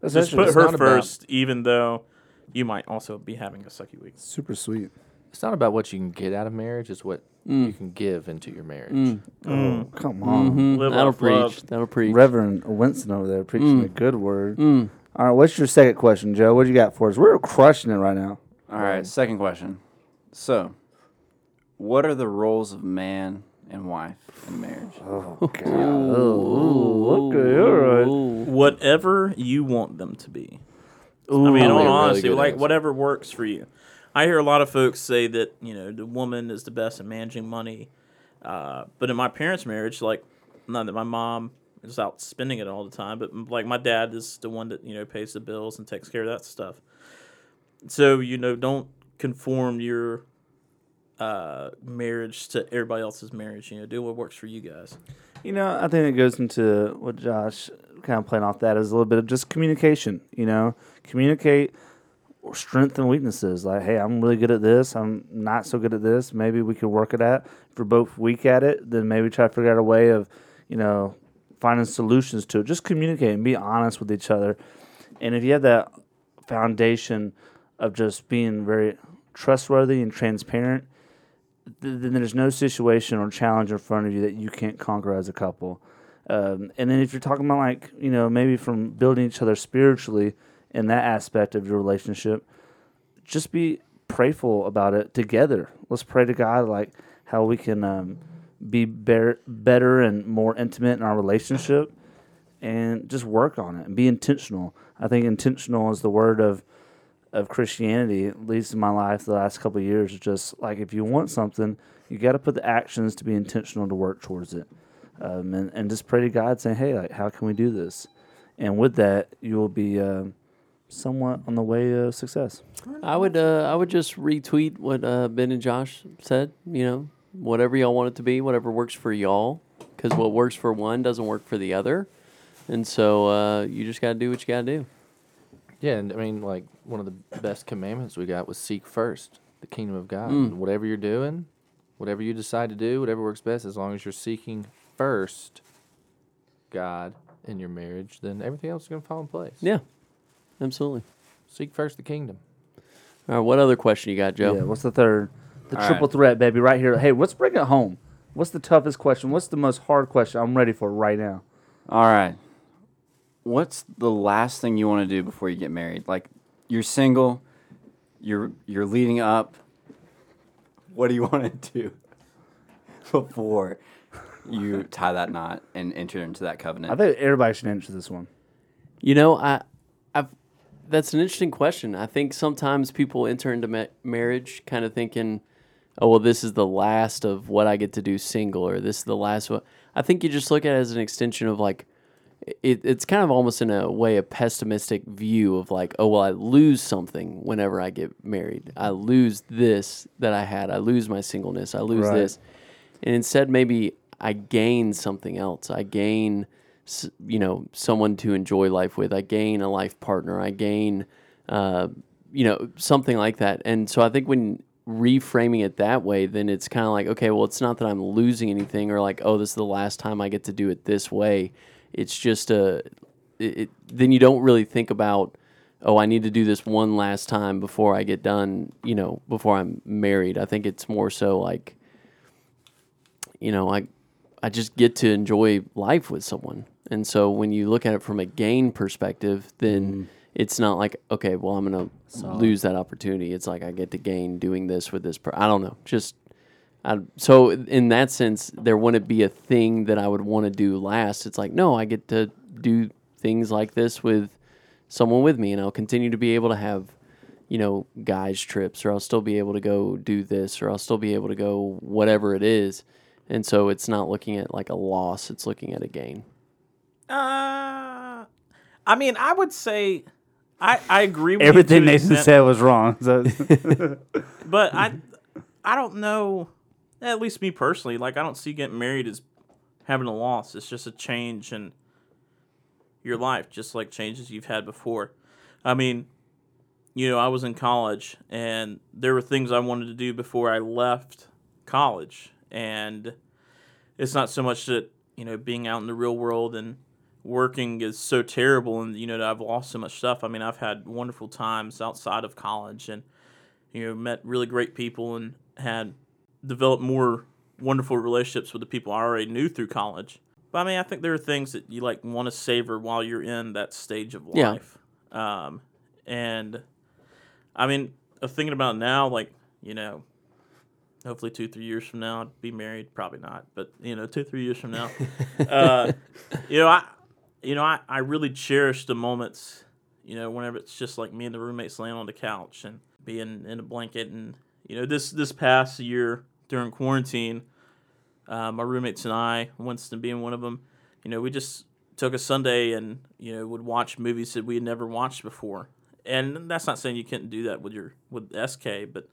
S1: That's
S4: just
S1: actually- that's
S4: put her
S5: not about-
S4: first, even though you might also be having a sucky week.
S1: super sweet.
S5: It's not about what you can get out of marriage; it's what you can give into your marriage.
S1: Oh, come on.
S3: Mm,
S4: Live
S3: that'll
S4: life,
S3: preach.
S4: love.
S3: That'll preach. Mm.
S1: Reverend Winston over there preaching a good word. All right, what's your second question, Joe? What do you got for us? We're crushing it right now.
S6: All right. Second question. So, what are the roles of man and wife in marriage?
S1: Okay, all right.
S3: Ooh.
S4: whatever you want them to be. I mean, in all
S5: Probably a really
S4: honesty,
S5: good
S4: like
S5: answer.
S4: whatever works for you. I hear a lot of folks say that you know the woman is the best at managing money, uh, but in my parents' marriage, like not that my mom is out spending it all the time, but mm, like my dad is the one that you know pays the bills and takes care of that stuff. So you know, don't conform your uh, marriage to everybody else's marriage. You know, do what works for you guys.
S1: You know, I think it goes into what Josh kind of playing off that is a little bit of just communication. You know, communicate strengths and weaknesses. Like, hey, I'm really good at this. I'm not so good at this. Maybe we could work it out. If we're both weak at it, then maybe try to figure out a way of, you know, finding solutions to it. Just communicate and be honest with each other. And if you have that foundation of just being very trustworthy and transparent, th- then there's no situation or challenge in front of you that you can't conquer as a couple. Um, and then if you're talking about like you know maybe from building each other spiritually in that aspect of your relationship, just be prayerful about it together. Let's pray to God like how we can um, be better, better and more intimate in our relationship, and just work on it and be intentional. I think intentional is the word of of Christianity, at least in my life, the last couple of years, is just like if you want something, you got to put the actions to be intentional to work towards it, um, and and just pray to God, saying, "Hey, like, how can we do this?" And with that, you will be um somewhat on the way of success.
S3: I would uh, I would just retweet what uh, Ben and Josh said. You know, whatever y'all want it to be, whatever works for y'all, because what works for one doesn't work for the other, and so uh, you just gotta do what you gotta do.
S5: Yeah, and I mean, like one of the best commandments we got was seek first the kingdom of God.
S3: Mm.
S5: And whatever you're doing, whatever you decide to do, whatever works best, as long as you're seeking first God in your marriage, then everything else is going to fall in place.
S3: Yeah, absolutely.
S5: Seek first the kingdom.
S3: All right, what other question you got, Joe?
S1: Yeah, what's the third? The
S6: All
S1: triple
S6: right.
S1: threat, baby, right here. Hey, let's bring it home. What's the toughest question? What's the most hard question? I'm ready for right now.
S6: All right. What's the last thing you want to do before you get married? Like you're single, you're you're leading up. What do you want to do before you tie that knot and enter into that covenant?
S1: I think everybody should answer this one.
S3: You know, I, I've that's an interesting question. I think sometimes people enter into ma- marriage kind of thinking, "Oh, well, this is the last of what I get to do single, or this is the last one." I think you just look at it as an extension of like, it, it's kind of almost in a way a pessimistic view of like, "Oh, well, I lose something whenever I get married. I lose this that I had. I lose my singleness. I lose
S1: Right.
S3: this." and instead maybe I gain something else. I gain, s- you know, someone to enjoy life with. I gain a life partner. I gain, uh, you know, something like that. And so I think when reframing it that way, then it's kind of like, okay, well, it's not that I'm losing anything or like, oh, this is the last time I get to do it this way. It's just a, it, it, then you don't really think about, oh, I need to do this one last time before I get done, you know, before I'm married. I think it's more so like, you know, I I just get to enjoy life with someone. And so when you look at it from a gain perspective, then it's not like okay, well I'm going to lose that opportunity. It's like I get to gain doing this with this per- I don't know. Just I, so in that sense there wouldn't be a thing that I would want to do last. It's like no, I get to do things like this with someone with me and I'll continue to be able to have you know guys trips or I'll still be able to go do this or I'll still be able to go whatever it is and so it's not looking at like a loss it's looking at a gain
S4: Uh, I mean, I would say I I agree with you
S1: Everything
S4: to an
S1: Nathan
S4: extent,
S1: said was wrong. So
S4: but I I don't know. At least me personally, like I don't see getting married as having a loss. It's just a change in your life, just like changes you've had before. I mean, you know, I was in college and there were things I wanted to do before I left college. And it's not so much that, you know, being out in the real world and working is so terrible and, you know, that I've lost so much stuff. I mean, I've had wonderful times outside of college and, you know, met really great people and had developed more wonderful relationships with the people I already knew through college. But I mean, I think there are things that you like want to savor while you're in that stage of
S3: Yeah.
S4: life. Um, and I mean, uh, thinking about it now, like, you know, hopefully two, three years from now, I'd be married. Probably not, but, you know, two, three years from now. uh, you know, I, you know, I, I really cherish the moments, you know, whenever it's just like me and the roommates laying on the couch and being in a blanket. And, you know, this, this past year during quarantine, uh, my roommates and I, Winston being one of them, you know, we just took a Sunday and, you know, would watch movies that we had never watched before. And that's not saying you couldn't do that with your with SK, but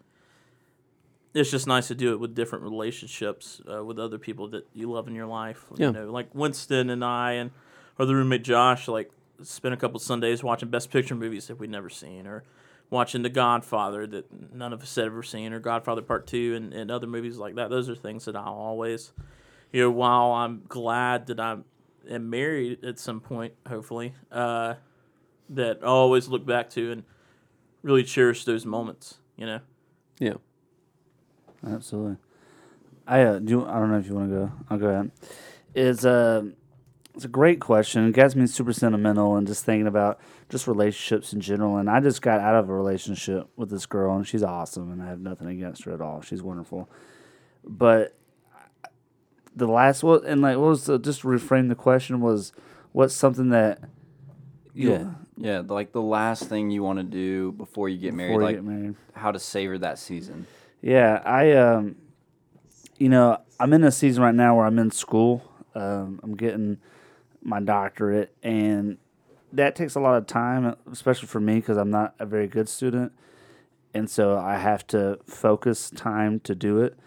S4: it's just nice to do it with different relationships uh, with other people that you love in your life.
S3: Yeah.
S4: You know, like Winston and I and our other roommate Josh, like spent a couple Sundays watching Best Picture movies that we'd never seen or watching The Godfather that none of us had ever seen or Godfather Part Two and, and other movies like that. Those are things that I'll always you know, while I'm glad that I'm am married at some point, hopefully, uh, that I always look back to and really cherish those moments. You know,
S3: yeah
S1: Absolutely. I uh, do. I don't know if you want to go. I'll go ahead. It's a it's a great question. It gets me super sentimental and just thinking about just relationships in general. And I just got out of a relationship with this girl, and she's awesome, and I have nothing against her at all. She's wonderful, but the last what and like what was the, just to reframe the question was what's something that you-
S6: yeah. Yeah, the- like the last thing you want to do before you get married,
S1: before you
S6: like
S1: get married.
S6: how to savor that season.
S1: Yeah, I um, you know, I'm in a season right now where I'm in school. Um, I'm getting my doctorate, and that takes a lot of time, especially for me because I'm not a very good student, and so I have to focus time to do it.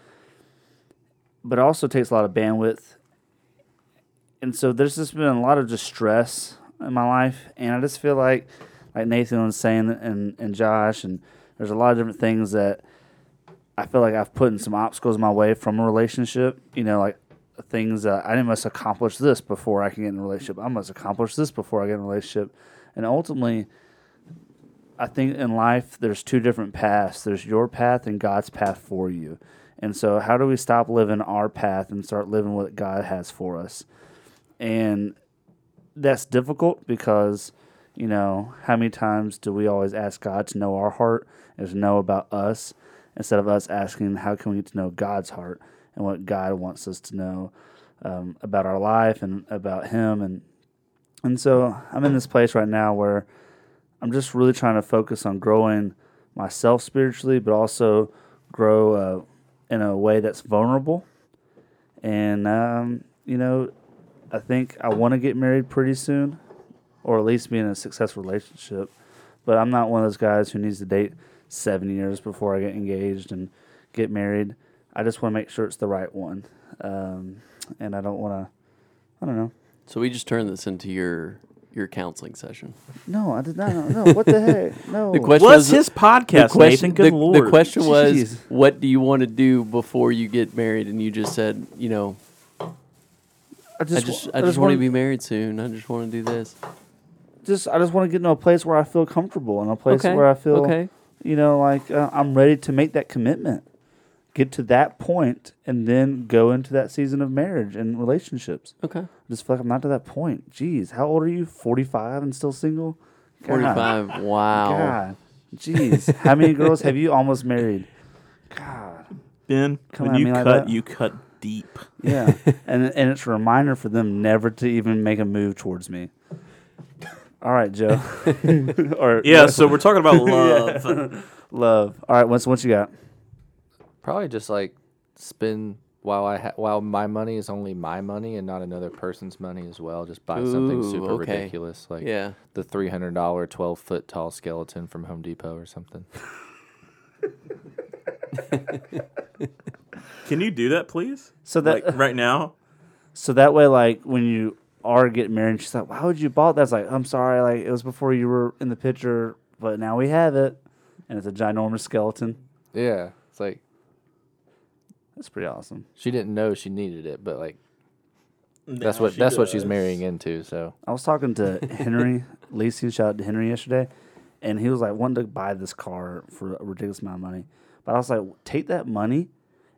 S1: But it also takes a lot of bandwidth, and so there's just been a lot of just stress in my life, and I just feel like, like Nathan was saying, and and Josh, and there's a lot of different things that I feel like I've put in some obstacles in my way from a relationship. You know, like things that I must accomplish this before I can get in a relationship. I must accomplish this before I get in a relationship. And ultimately, I think in life there's two different paths. There's your path and God's path for you. And so, how do we stop living our path and start living what God has for us? And that's difficult because you know how many times do we always ask god to know our heart and to know about us instead of us asking how can we get to know god's heart and what god wants us to know um, about our life and about him and and so i'm in this place right now where i'm just really trying to focus on growing myself spiritually but also grow uh, in a way that's vulnerable and um, you know i think i want to get married pretty soon or at least be in a successful relationship. But I'm not one of those guys who needs to date seven years before I get engaged and get married. I just want to make sure it's the right one, um, and I don't want to. I don't know.
S3: So we just turned this into your your counseling session.
S1: No, I did not. No, what the heck? No.
S3: The question
S4: What's
S3: was
S4: his podcast, Nathan? Good
S3: the, the
S4: lord.
S3: question was,
S1: Jeez.
S3: what do you want to do before you get married? And you just said, you know, I just I just want to
S1: wanna-
S3: be married soon. I just want to do this.
S1: Just I just want to get into a place where I feel comfortable and a place
S3: okay.
S1: where I feel
S3: okay.
S1: you know, like uh, I'm ready to make that commitment, get to that point, and then go into that season of marriage and relationships.
S3: Okay.
S1: I just feel like I'm not to that point. Jeez, how old are you? 45 and still single? God.
S3: Forty five. Wow.
S1: God. Jeez, how many girls have you almost married? God.
S4: Ben,
S1: Come
S4: when
S1: at
S4: you
S1: me like
S4: cut,
S1: that.
S4: you cut deep.
S1: Yeah. and and it's a reminder for them never to even make a move towards me. All right, Joe. or
S4: Yeah, so we're talking about love.
S1: love. All right, what's what you got?
S5: Probably just like spend while I ha- while my money is only my money and not another person's money as well. Just buy something
S3: Ooh,
S5: super
S3: okay.
S5: ridiculous like
S3: Yeah.
S5: the three hundred dollar twelve foot tall skeleton from Home Depot or something.
S4: Can you do that, please?
S1: So that
S4: like right now?
S1: So that way, like when you are getting married, she's like, "Why would you bought that?" It's like, "I'm sorry, like it was before you were in the picture, but now we have it, and it's a ginormous skeleton.
S5: Yeah, it's like
S1: That's pretty awesome."
S5: she didn't know she needed it, but like that's
S4: No,
S5: what
S4: she
S5: that's what she's
S4: does.
S5: marrying into. So
S1: I was talking to Henry Lacey, shout out to Henry yesterday, and he was like, "Wanted to buy this car for a ridiculous amount of money," but I was like, "Take that money."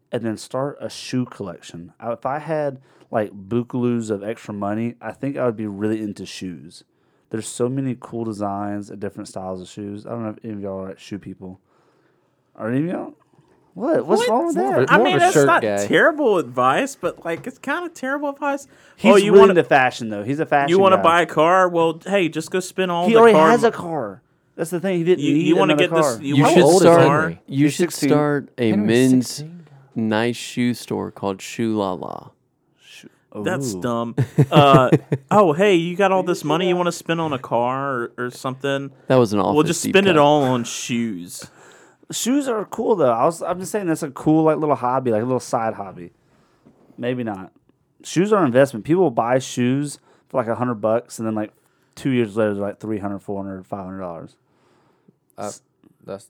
S1: And then start a shoe collection. I, if I had like bookaloos of extra money, I think I would be really into shoes. There's so many cool designs and different styles of shoes. I don't know if any of y'all are like shoe people. Are any of y'all? What? What's wrong with
S5: More of
S1: that?
S5: a-
S4: I
S5: more
S4: mean,
S5: of a
S4: that's
S5: shirt
S4: not
S5: guy.
S4: terrible advice, but like it's kind of terrible advice.
S1: He's
S4: oh, you
S1: really
S4: want
S1: into
S4: to
S1: fashion though. He's a fashion.
S4: you want to
S1: guy.
S4: buy a car? Well, hey, just go spin all
S1: He
S4: the
S1: already
S4: car.
S1: has a car. That's the thing. He didn't
S4: you
S1: need
S4: you want to
S1: another
S4: get
S1: car.
S4: this? You,
S3: You
S5: How
S4: want
S3: should
S5: old
S4: this
S5: is
S4: car?
S5: Henry?
S3: start. You
S1: He's
S3: should
S1: 16.
S3: start a
S5: Henry's
S3: men's
S5: 16?
S3: nice shoe store called Shoe La La.
S4: That's
S1: Ooh.
S4: dumb. Uh, oh, hey, you got all this money you want to spend on a car or, or something?
S3: That was an awful.
S4: Well, just spend it all on shoes.
S1: Shoes are cool though. I was I'm just saying that's a cool like little hobby, like a little side hobby. Maybe not. Shoes are an investment. People buy shoes for like a hundred bucks and then like two years later they're like 300 400 500 dollars
S5: uh, that's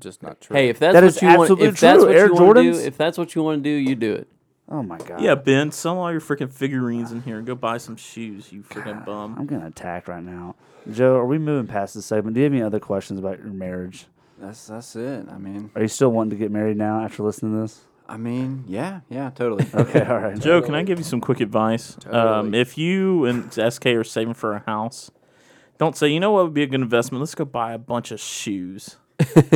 S5: just not true.
S3: Hey, if that's
S1: That is
S3: what you want,
S1: absolutely
S3: if that's
S1: true.
S3: what
S1: Air
S3: you want to do,
S1: Jordans?
S3: if that's what you want to do, you do it.
S1: oh my god
S4: Yeah, Ben, sell all your freaking figurines in here and go buy some shoes. You freaking bum.
S1: i'm getting attacked right now joe are we moving past this segment do you have any other questions about your marriage
S6: That's that's it. I mean,
S1: are you still wanting to get married now after listening to this
S6: I mean, yeah, yeah, totally.
S1: okay all right
S4: Joe, can I give you some quick advice? Um,
S5: Totally.
S4: if you and SK are saving for a house, don't say, you know what would be a good investment? Let's go buy a bunch of shoes.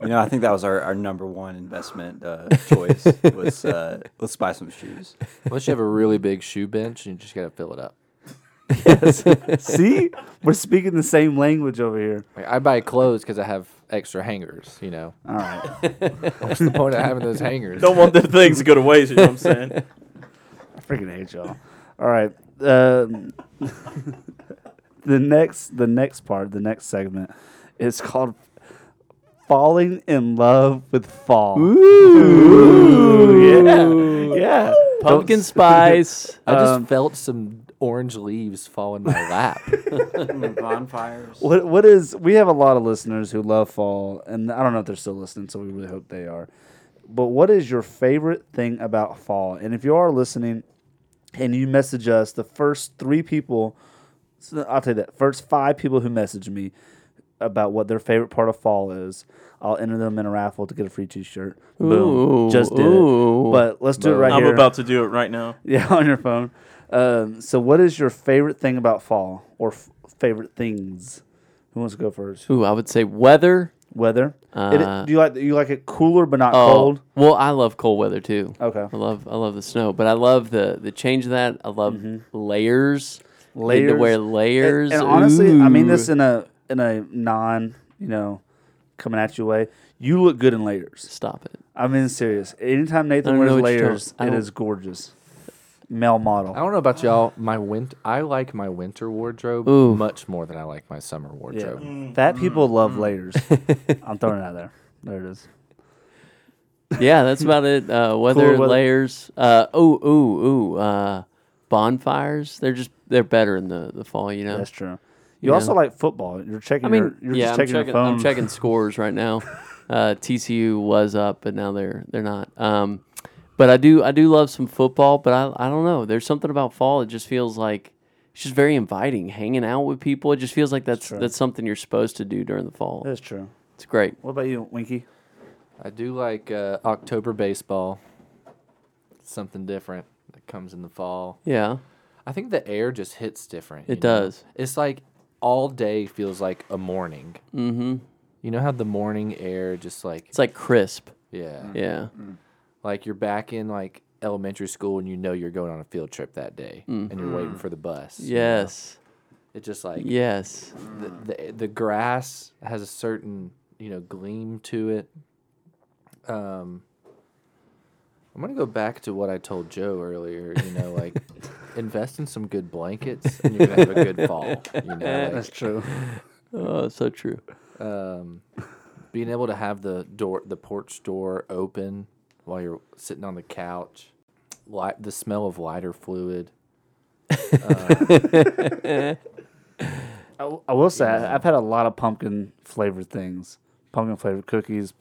S6: You know, I think that was our, our number one investment uh, choice was uh, let's buy some shoes.
S5: unless you have a really big shoe bench and you just gotta fill it up.
S1: see we're speaking the same language over here
S5: Like, I buy clothes because I have extra hangers. You know,
S1: all right
S5: what's the point of having those hangers?
S4: Don't want the things to go to waste, you know what I'm saying?
S1: I freaking hate y'all all right uh, the next the next part, the next segment, is called "Falling in Love with Fall." Ooh, yeah, yeah.
S3: Pumpkin spice.
S5: I just
S1: Um,
S5: felt some orange leaves fall in my lap.
S6: bonfires.
S1: What what is we have a lot of listeners who love fall, and I don't know if they're still listening, so we really hope they are. But what is your favorite thing about fall? And if you are listening, and you message us, the first three people, so I'll tell you that first five people who message me about what their favorite part of fall is, I'll enter them in a raffle to get a free T-shirt. Boom,
S3: Ooh,
S1: just did it.
S3: ooh.
S1: But let's do it right
S4: I'm
S1: here.
S4: about to do it right now.
S1: yeah, on your phone. Um, so, what is your favorite thing about fall, or f- favorite things? Who wants to go first?
S3: Ooh, I would say weather.
S1: Weather.
S3: Uh,
S1: it, do you like you like it cooler but not
S3: Oh,
S1: cold?
S3: Well, I love cold weather too.
S1: Okay.
S3: I love I love the snow, but I love the the change of that. I love layers. Need to
S1: Mm-hmm. Layers.
S3: wear
S1: And-
S3: layers.
S1: And, honestly, I mean this
S3: Ooh.
S1: in a in a non you know coming at you way. You look good in layers.
S3: Stop it.
S1: I'm being serious. Anytime Nathan
S3: don't
S1: wears
S3: know what you're talking-
S1: layers,
S3: I
S1: it
S3: don't-
S1: is gorgeous. Male model.
S5: I don't know about y'all. My winter, I like my winter wardrobe
S3: Ooh.
S5: much more than I like my summer wardrobe.
S1: Yeah. Fat people
S3: Mm.
S1: love layers. I'm throwing it out there. There it is.
S3: Yeah, that's about it. Uh, weather
S1: Cooler weather.
S3: layers. Uh, ooh, ooh, ooh. Uh, bonfires. They're just they're better in the the fall. You know.
S1: That's true. You
S3: Yeah.
S1: also like football. You're checking
S3: I mean,
S1: your you're
S3: yeah,
S1: just
S3: I'm
S1: checking,
S3: checking,
S1: your phone.
S3: I'm checking scores right now. Uh, TCU was up, but now they're they're not. Um, but I do I do love some football, but I I don't know. There's something about fall. It just feels like it's just very inviting, hanging out with people. It just feels like that's
S1: true.
S3: that's something you're supposed to do during the fall.
S1: That's true.
S3: It's great.
S1: What about you, Winky?
S5: I do like uh, October baseball. Something different that comes in the fall.
S3: Yeah,
S5: I think the air just hits different. you
S3: it
S5: know?
S3: does.
S5: It's like all day feels like a morning. Mm-hmm. You know how the morning air just like
S3: It's like crisp.
S5: yeah,
S3: Yeah,
S1: Mm.
S5: like you're back in like elementary school and you know you're going on a field trip that day and you're waiting for the bus. you know?
S3: yes,
S5: It's just like
S3: yes.
S5: the, the the grass has a certain you know gleam to it. Um, I'm gonna go back to what I told Joe earlier. You know, like invest in some good blankets, and you're gonna have a good fall. You know,
S1: That's true.
S3: Oh, so true.
S5: like, um, being able to have the door, the porch door open while you're sitting on the couch, light the smell of lighter fluid.
S1: I, w- I will say I, I've had a lot of pumpkin flavored things, pumpkin flavored cookies.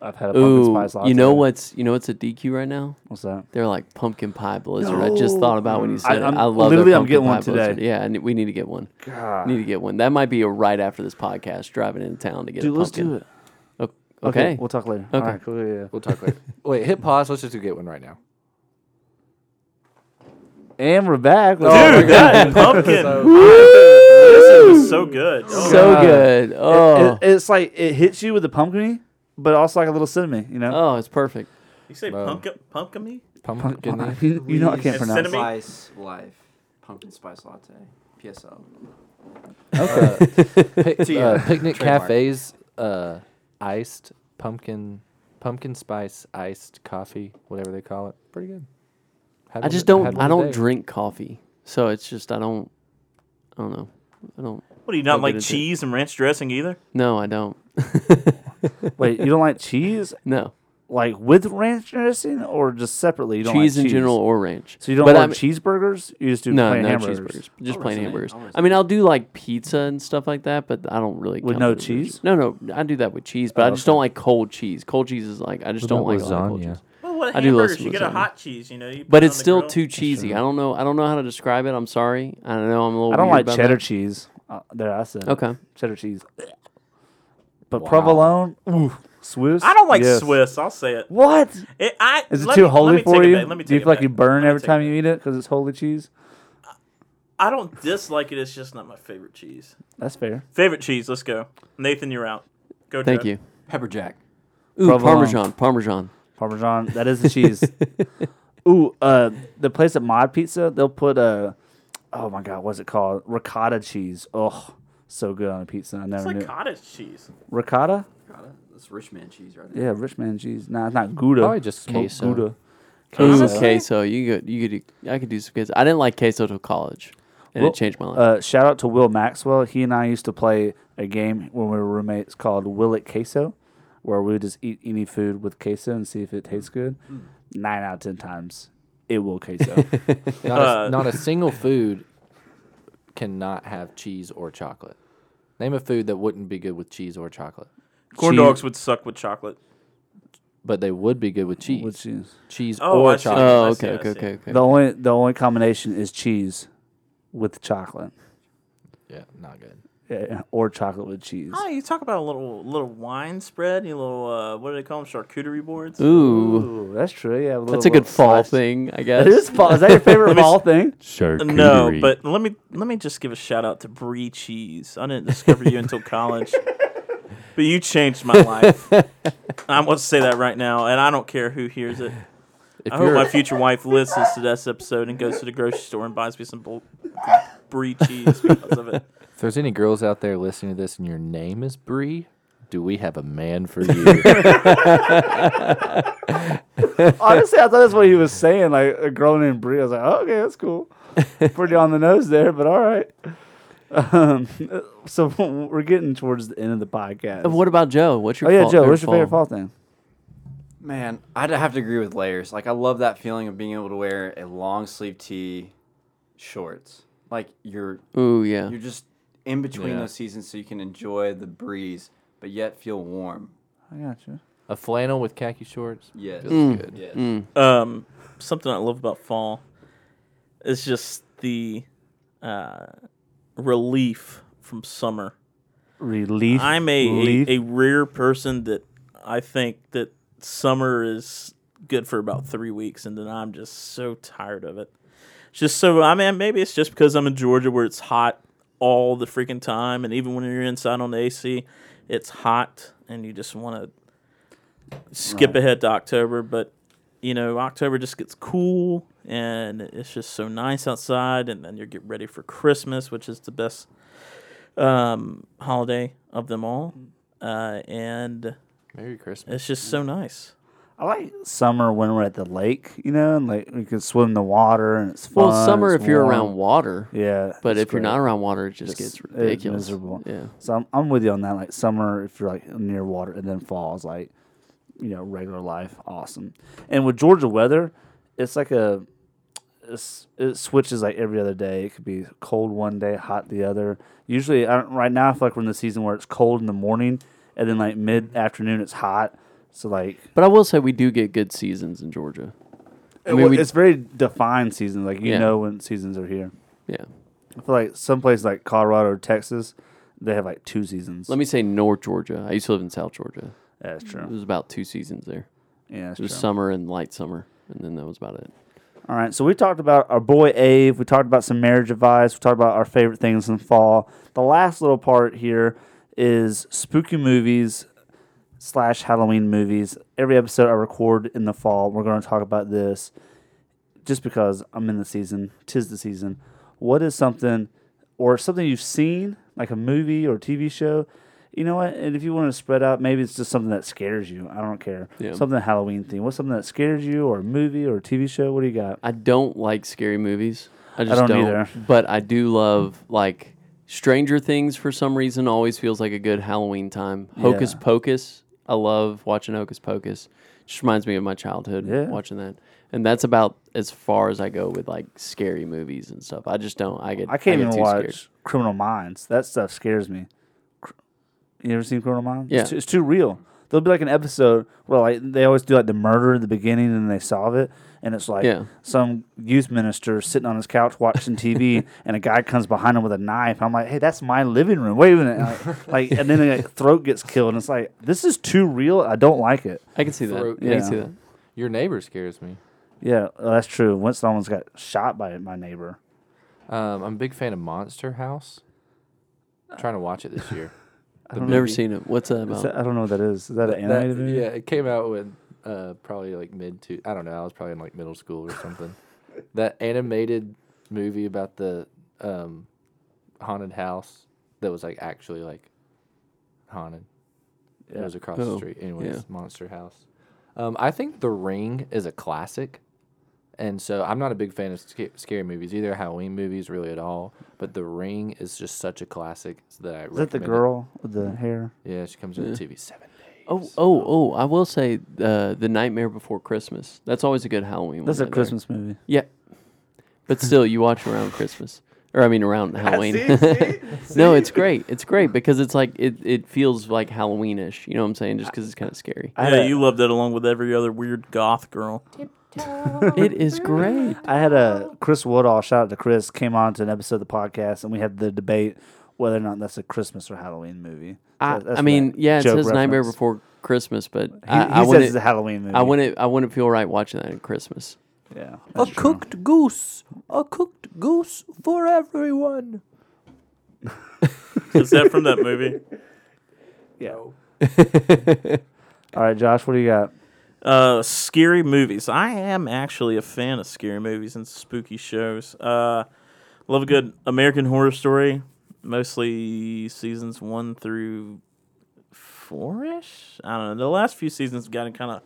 S1: I've had a pumpkin
S3: Ooh,
S1: spice latte.
S3: you know what's you know what's a DQ right now?
S1: What's that?
S3: They're like pumpkin pie blizzard. I just thought about when you said
S1: I'm-
S3: it. I love
S1: literally,
S3: their
S1: I'm
S3: pumpkin
S1: getting
S3: pie
S1: one today.
S3: blizzard. Yeah, I ne- we need to get one.
S1: God.
S3: Need to get one. That might be a right after this podcast, driving into town to get
S1: Dude,
S3: a
S1: let's
S3: pumpkin.
S1: do it.
S3: O-
S1: Okay.
S3: Okay.
S1: we'll talk later.
S3: Okay.
S1: All right, cool. Yeah.
S5: We'll talk later. Wait, hit pause. Let's just go get one right now.
S1: yeah. And we're back. Oh with-
S4: Dude, that pumpkin. This is so good. Oh,
S3: so good. Oh,
S1: uh, It- it's like it hits you with the pumpkin, but also like a little cinnamon. You know,
S3: oh, it's perfect.
S4: you say pumpkin pumpkin me?
S5: Pumpkin.
S1: you know I can't
S4: It's
S1: pronounce.
S4: cinnamon.
S1: it.
S6: Spice life, pumpkin spice latte, PSL.
S5: Pic- uh,
S6: Trademark.
S5: picnic cafes, uh, iced pumpkin, pumpkin spice iced coffee, whatever they call it. Pretty good. Had
S3: I
S5: one
S3: just
S5: th- had
S3: don't.
S5: one
S3: I don't
S5: today.
S3: drink coffee, so it's just I don't. I don't know. I don't.
S4: What do you not
S3: I'll
S4: like
S3: get into it.
S4: cheese and ranch dressing either?
S3: No, I don't.
S1: Wait, you don't like cheese
S3: No,
S1: like with ranch dressing or just separately? You don't
S3: cheese
S1: like
S3: in general or ranch.
S1: So you don't
S3: But
S1: like
S3: I'm-
S1: cheeseburgers? You just do
S3: No,
S1: plain
S3: no
S1: hamburgers.
S3: cheeseburgers. Just
S6: I'll
S3: plain
S6: resonate.
S3: hamburgers.
S6: I'll
S3: I mean, I'll do like pizza and stuff like that, but I don't really
S1: With
S3: count
S1: no
S3: that as a-
S1: cheese? Oh,
S3: No, no, I do that with cheese, but I just don't like cold cheese. Cold cheese is like I just don't like a lot of cold cheese.
S4: Well, what
S3: I do love
S4: hamburgers? You
S3: some
S4: get a
S3: lasagna.
S4: hot cheese, you know. You put
S3: But
S4: it
S3: it's
S4: on the
S3: still
S4: grill.
S3: too cheesy. I don't know. I don't know how to describe it. I'm sorry. I don't know. I'm a little.
S1: I don't
S3: weird
S1: like
S3: about
S1: cheddar
S3: that.
S1: cheese. Uh, there, I said. it.
S3: Okay.
S1: Cheddar cheese. But provolone, ooh, Swiss.
S4: I don't like
S1: yes.
S4: Swiss. I'll say it.
S1: What?
S4: It- I,
S1: Is it
S4: let
S1: too
S4: me- let
S1: holy
S4: me
S1: for
S4: take it
S1: you?
S4: back, Let me
S1: Do you
S4: take it
S1: feel like you
S4: back.
S1: burn
S4: Let me
S1: every
S4: take
S1: time
S4: it
S1: you
S4: back.
S1: eat it because it's holy cheese?
S4: I don't dislike it. It's just not my favorite cheese.
S1: That's fair.
S4: Favorite cheese. Let's go. Nathan, you're out. Go.
S3: Thank
S4: Joe.
S3: you.
S6: Pepper jack.
S3: Ooh,
S1: Provolone.
S3: parmesan. Parmesan.
S1: Parmesan. That is the cheese. ooh, uh, the place at Mod Pizza, they'll put a. Oh my God, what's it called? Ricotta cheese. Oh, so good on a pizza. I never
S4: It's
S1: knew.
S4: like cottage cheese.
S1: Ricotta?
S6: God, that's rich man cheese right there.
S1: Yeah, rich man cheese. Nah, it's not Gouda.
S5: Probably just
S1: Smoked
S5: queso.
S1: Gouda.
S3: Ooh,
S4: Honestly?
S3: queso. You could, you could, I could do some queso. I didn't like queso till college, and
S1: Well,
S3: it changed my life.
S1: Uh, shout out to Will Maxwell. He and I used to play a game when we were roommates called Will It Queso, where we would just eat any food with queso and see if it tastes good. Nine out of ten times, it will queso.
S5: Not,
S4: Uh,
S5: a, not a single food cannot have cheese or chocolate. Name a food that wouldn't be good with cheese or chocolate,
S4: Corn
S3: Cheese.
S4: dogs would suck with chocolate.
S5: but they would be good with cheese.
S1: With cheese.
S5: Cheese
S4: Oh,
S5: or
S4: I see.
S5: chocolate.
S3: oh,
S4: I see,
S3: okay,
S4: I
S3: okay,
S4: see.
S3: okay, okay.
S1: The only the only combination is cheese with chocolate,
S5: Yeah, not good.
S1: Yeah, or chocolate with cheese.
S4: Oh, you talk about a little little wine spread, you little uh, what do they call them? Charcuterie boards.
S3: Ooh,
S1: Ooh, that's true. Yeah,
S3: that's a good fall thing, I guess.
S1: It is fall. Is that your favorite
S4: Let me s-
S1: fall thing?
S4: No, but let me let me just give a shout out to Brie Cheese. I didn't discover you until college, but you changed my life. I'm going to say that right now, and I don't care who hears it.
S5: If
S4: I hope
S5: you're
S4: my future wife listens to this episode and goes to the grocery store and buys me some bull- Brie Cheese because of it.
S5: If there's any girls out there listening to this and your name is Bree, do we have a man for you?
S1: Honestly, I thought that's what he was saying. Like a girl named Brie. I was like, oh, okay, that's cool. Pretty on the nose there, but all right. Um, so we're getting towards the end of the podcast.
S3: Uh, What about Joe? What's
S1: oh
S3: your
S1: yeah,
S3: fall-
S1: Joe,
S3: or
S1: what's your favorite fall thing?
S6: Man, I'd have to agree with layers. Like I love that feeling of being able to wear a long sleeve tee, shorts. Like you're
S3: Ooh, yeah.
S6: you're just in between
S5: Yeah.
S6: those seasons so you can enjoy the breeze but yet feel warm.
S1: I got you.
S5: a flannel with khaki shorts.
S6: Yes.
S1: Mm.
S5: Feels good.
S6: Yes.
S4: um, something I love about fall is just the uh, relief from summer.
S1: Relief.
S4: I'm a,
S1: Relief.
S4: a, a rare person that I think that summer is good for about three weeks, and then I'm just so tired of it. It's just so I mean, maybe it's just because I'm in Georgia where it's hot all the freaking time, and even when you're inside on the AC, it's hot, and you just want to skip ahead to October. But you know, October just gets cool, and it's just so nice outside, and then you get ready for Christmas, which is the best um, holiday of them all, uh, and
S5: Merry Christmas.
S4: it's just so nice.
S1: I like summer when we're at the lake, you know, and like we can swim in the water and it's fun.
S3: Well, summer
S1: it's
S3: if you're
S1: warm.
S3: around water.
S1: Yeah.
S3: But
S1: it's
S3: if you're
S1: great.
S3: not around water, it just
S1: It's-
S3: gets
S1: it's
S3: ridiculous.
S1: miserable.
S3: Yeah.
S1: So I'm, I'm with you on that. Like summer, if you're like near water, and then fall is like, you know, regular life, awesome. And with Georgia weather, it's like a, it's, it switches like every other day. It could be cold one day, hot the other. Usually, I don't, right now, I feel like we're in the season where it's cold in the morning, and then like mid afternoon, it's hot. So like,
S3: But I will say we do get good seasons in Georgia. I mean,
S1: Well,
S3: we-
S1: it's very defined seasons. Like you
S3: Yeah.
S1: know when seasons are here.
S3: Yeah.
S1: I feel like some places like Colorado or Texas, they have like two seasons.
S3: Let me say North Georgia. I used to live in South Georgia.
S1: Yeah, that's
S3: It
S1: true.
S3: was about two seasons there.
S1: Yeah, that's
S3: It was
S1: true.
S3: summer and light summer, and then that was about it.
S1: All right, so we talked about our boy Ave. We talked about some marriage advice. We talked about our favorite things in fall. The last little part here is spooky movies slash Halloween movies. Every episode I record in the fall, we're going to talk about this just because I'm in the season. Tis the season. What is something or something you've seen, like a movie or TV show? You know what? And if you want to spread out, maybe it's just something that scares you. I don't care.
S3: Yeah.
S1: Something Halloween themed. What's something that scares you, or a movie, or a TV show? What do you got?
S3: I don't like scary movies. I just
S1: don't
S3: don't,
S1: either.
S3: But I do love like Stranger Things for some reason always feels like a good Halloween time. Hocus
S1: Yeah.
S3: Pocus. I love watching Hocus Pocus. Just reminds me of my childhood
S1: Yeah.
S3: watching that. And that's about as far as I go with like scary movies and stuff. I just don't. I get.
S1: I can't
S3: get
S1: even
S3: too
S1: watch
S3: Scared.
S1: Criminal Minds. That stuff scares me. Cr- You ever seen Criminal Minds?
S3: Yeah.
S1: It's too, it's too real. There'll be like an episode where like they always do like the murder at the beginning and they solve it, and it's like
S3: Yeah.
S1: some youth minister sitting on his couch watching TV, and a guy comes behind him with a knife. I'm like, hey, that's my living room. Wait a minute, like, like and then a throat gets killed, and it's like this is too real. I don't like it.
S3: I can see that.
S5: Throat-
S3: I
S1: Yeah.
S3: can see that.
S5: Your neighbor scares me.
S1: Yeah, uh, that's true. Once someone's got shot by my neighbor.
S5: Um, I'm a big fan of Monster House. I'm trying to watch it this year.
S1: I don't know
S3: Never
S1: if you-
S3: seen it. What's that
S1: is
S3: about?
S1: that- I don't know what that is. Is that an
S5: That-
S1: animated movie?
S5: yeah, it came out when uh, probably like mid to I don't know. I was probably in like middle school or something. that animated movie about the um, haunted house that was like actually like haunted. It was across
S3: Oh,
S5: the street. Anyways,
S3: yeah.
S5: Monster House. Um, I think The Ring is a classic. And so I'm not a big fan of sca- scary movies either, Halloween movies really at all. But The Ring is just such a classic that I
S1: Is that the girl with the
S5: Mm-hmm.
S1: hair?
S5: Yeah, she comes on TV seven days.
S3: Oh, oh, oh! I will say uh, the Nightmare Before Christmas. That's always a good Halloween. one
S1: That's a
S3: right there.
S1: Christmas movie.
S3: Yeah, but still, you watch around Christmas, or I mean around Halloween. no, it's great. It's great because it's like it, it feels like Halloweenish. You know what I'm saying? Just because it's kind of scary.
S1: I had
S4: yeah,
S1: a-
S4: you loved it along with every other weird goth girl.
S3: It is great.
S1: I had a Chris Woodall shout out to Chris came on to an episode of the podcast and we had the debate whether or not that's a Christmas or Halloween movie.
S3: I,
S1: So that's
S3: I mean,
S1: that
S3: yeah, it says
S1: joke
S3: Nightmare
S1: reference.
S3: Before Christmas, but
S1: He,
S3: I,
S1: he
S3: I
S1: says
S3: wouldn't.
S1: it's a Halloween movie.
S3: I wouldn't. I wouldn't feel right watching that at Christmas.
S1: Yeah,
S5: A
S1: that's true.
S5: cooked goose, a cooked goose for everyone.
S4: Is that from that movie?
S1: Yeah. All right, Josh, what do you got?
S4: Uh, scary movies. I am actually a fan of scary movies and spooky shows. Uh, love a good American Horror Story, mostly seasons one through four ish. I don't know. The last few seasons have gotten kind of,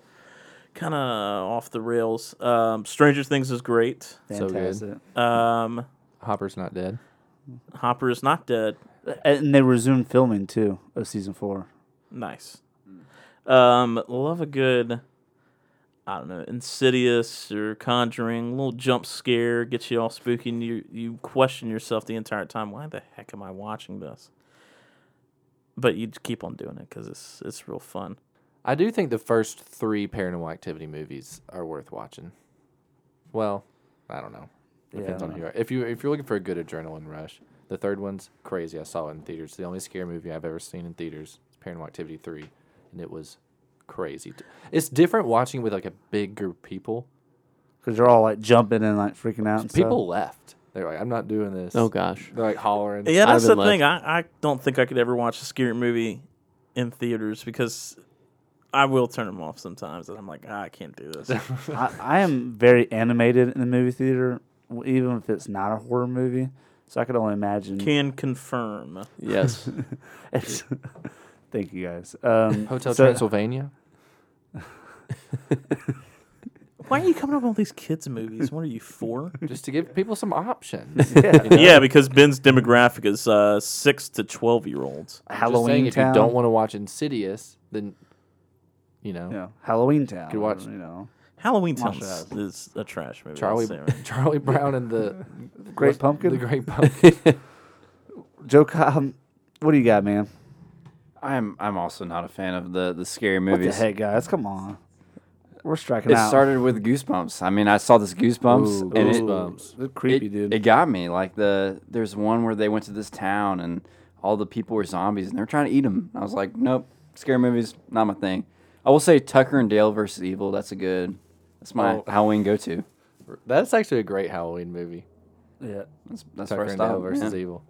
S4: kind of off the rails. Um, Stranger Things is great.
S5: So good.
S1: Fantastic.
S4: Um,
S5: Hopper's not dead.
S4: Hopper is not dead.
S1: And they resumed filming too of season four.
S4: Nice. Um, love a good, I don't know, Insidious or Conjuring, little jump scare, gets you all spooky, and you you question yourself the entire time. Why the heck am I watching this? But you just keep on doing it because it's it's real fun.
S5: I do think the first three Paranormal Activity movies are worth watching. Well, I don't know. Depends
S1: I
S5: on who you are. If you if you're looking for a good adrenaline rush, the third one's crazy. I saw it in theaters. The only scary movie I've ever seen in theaters is Paranormal Activity three, and it was crazy. It's different watching with like a big group of people.
S1: Because you're all like jumping and like freaking out. And
S5: People left. They're like, I'm not doing this.
S3: Oh gosh.
S5: They're like hollering.
S4: Yeah, that's the
S3: been
S4: thing. I, I don't think I could ever watch a scary movie in theaters because I will turn them off sometimes, and I'm like, ah, I can't do this.
S1: stuff. I, I am very animated in the movie theater, w- even if it's not a horror movie. So I could only imagine.
S4: Can confirm.
S3: Yes.
S1: Thank you guys. Um,
S5: Hotel
S1: so-
S5: Transylvania.
S4: Why are you coming up with all these kids' movies? What are you for?
S5: Just to give people some options.
S4: Yeah, because Ben's demographic is uh, six to twelve year olds.
S5: Just
S1: Halloween
S5: saying, if
S1: Town.
S5: you don't want to watch Insidious, then you know
S1: you know, Halloween Town.
S5: Could watch-
S1: You know,
S4: Halloween Town
S1: Watch
S4: is,
S1: that.
S4: is a trash movie. I'll
S5: Charlie
S4: say right.
S5: Charlie Brown and the
S1: Great
S5: what's-
S1: Pumpkin?
S5: The Great Pumpkin.
S1: Joe Cobb. What do you got, man?
S6: I'm I'm also not a fan of the the scary
S1: What the
S6: movies.
S1: heck, guys? Come on. We're striking
S6: It
S1: out.
S6: started with Goosebumps. I mean, I saw this Goosebumps
S5: Ooh,
S6: and it-
S5: Goosebumps.
S1: They're creepy,
S6: it,
S1: dude.
S6: It got me. Like the there's one where they went to this town and all the people were zombies and they were trying to eat them. I was like, nope, scary movies not my thing. I will say Tucker and Dale versus Evil. That's a good. That's my
S5: Oh.
S6: Halloween go-to.
S5: That's actually a great Halloween movie.
S1: yeah,
S6: That's that's
S5: Tucker
S6: where I
S5: and Dale
S6: stop.
S5: versus
S6: yeah.
S5: Evil.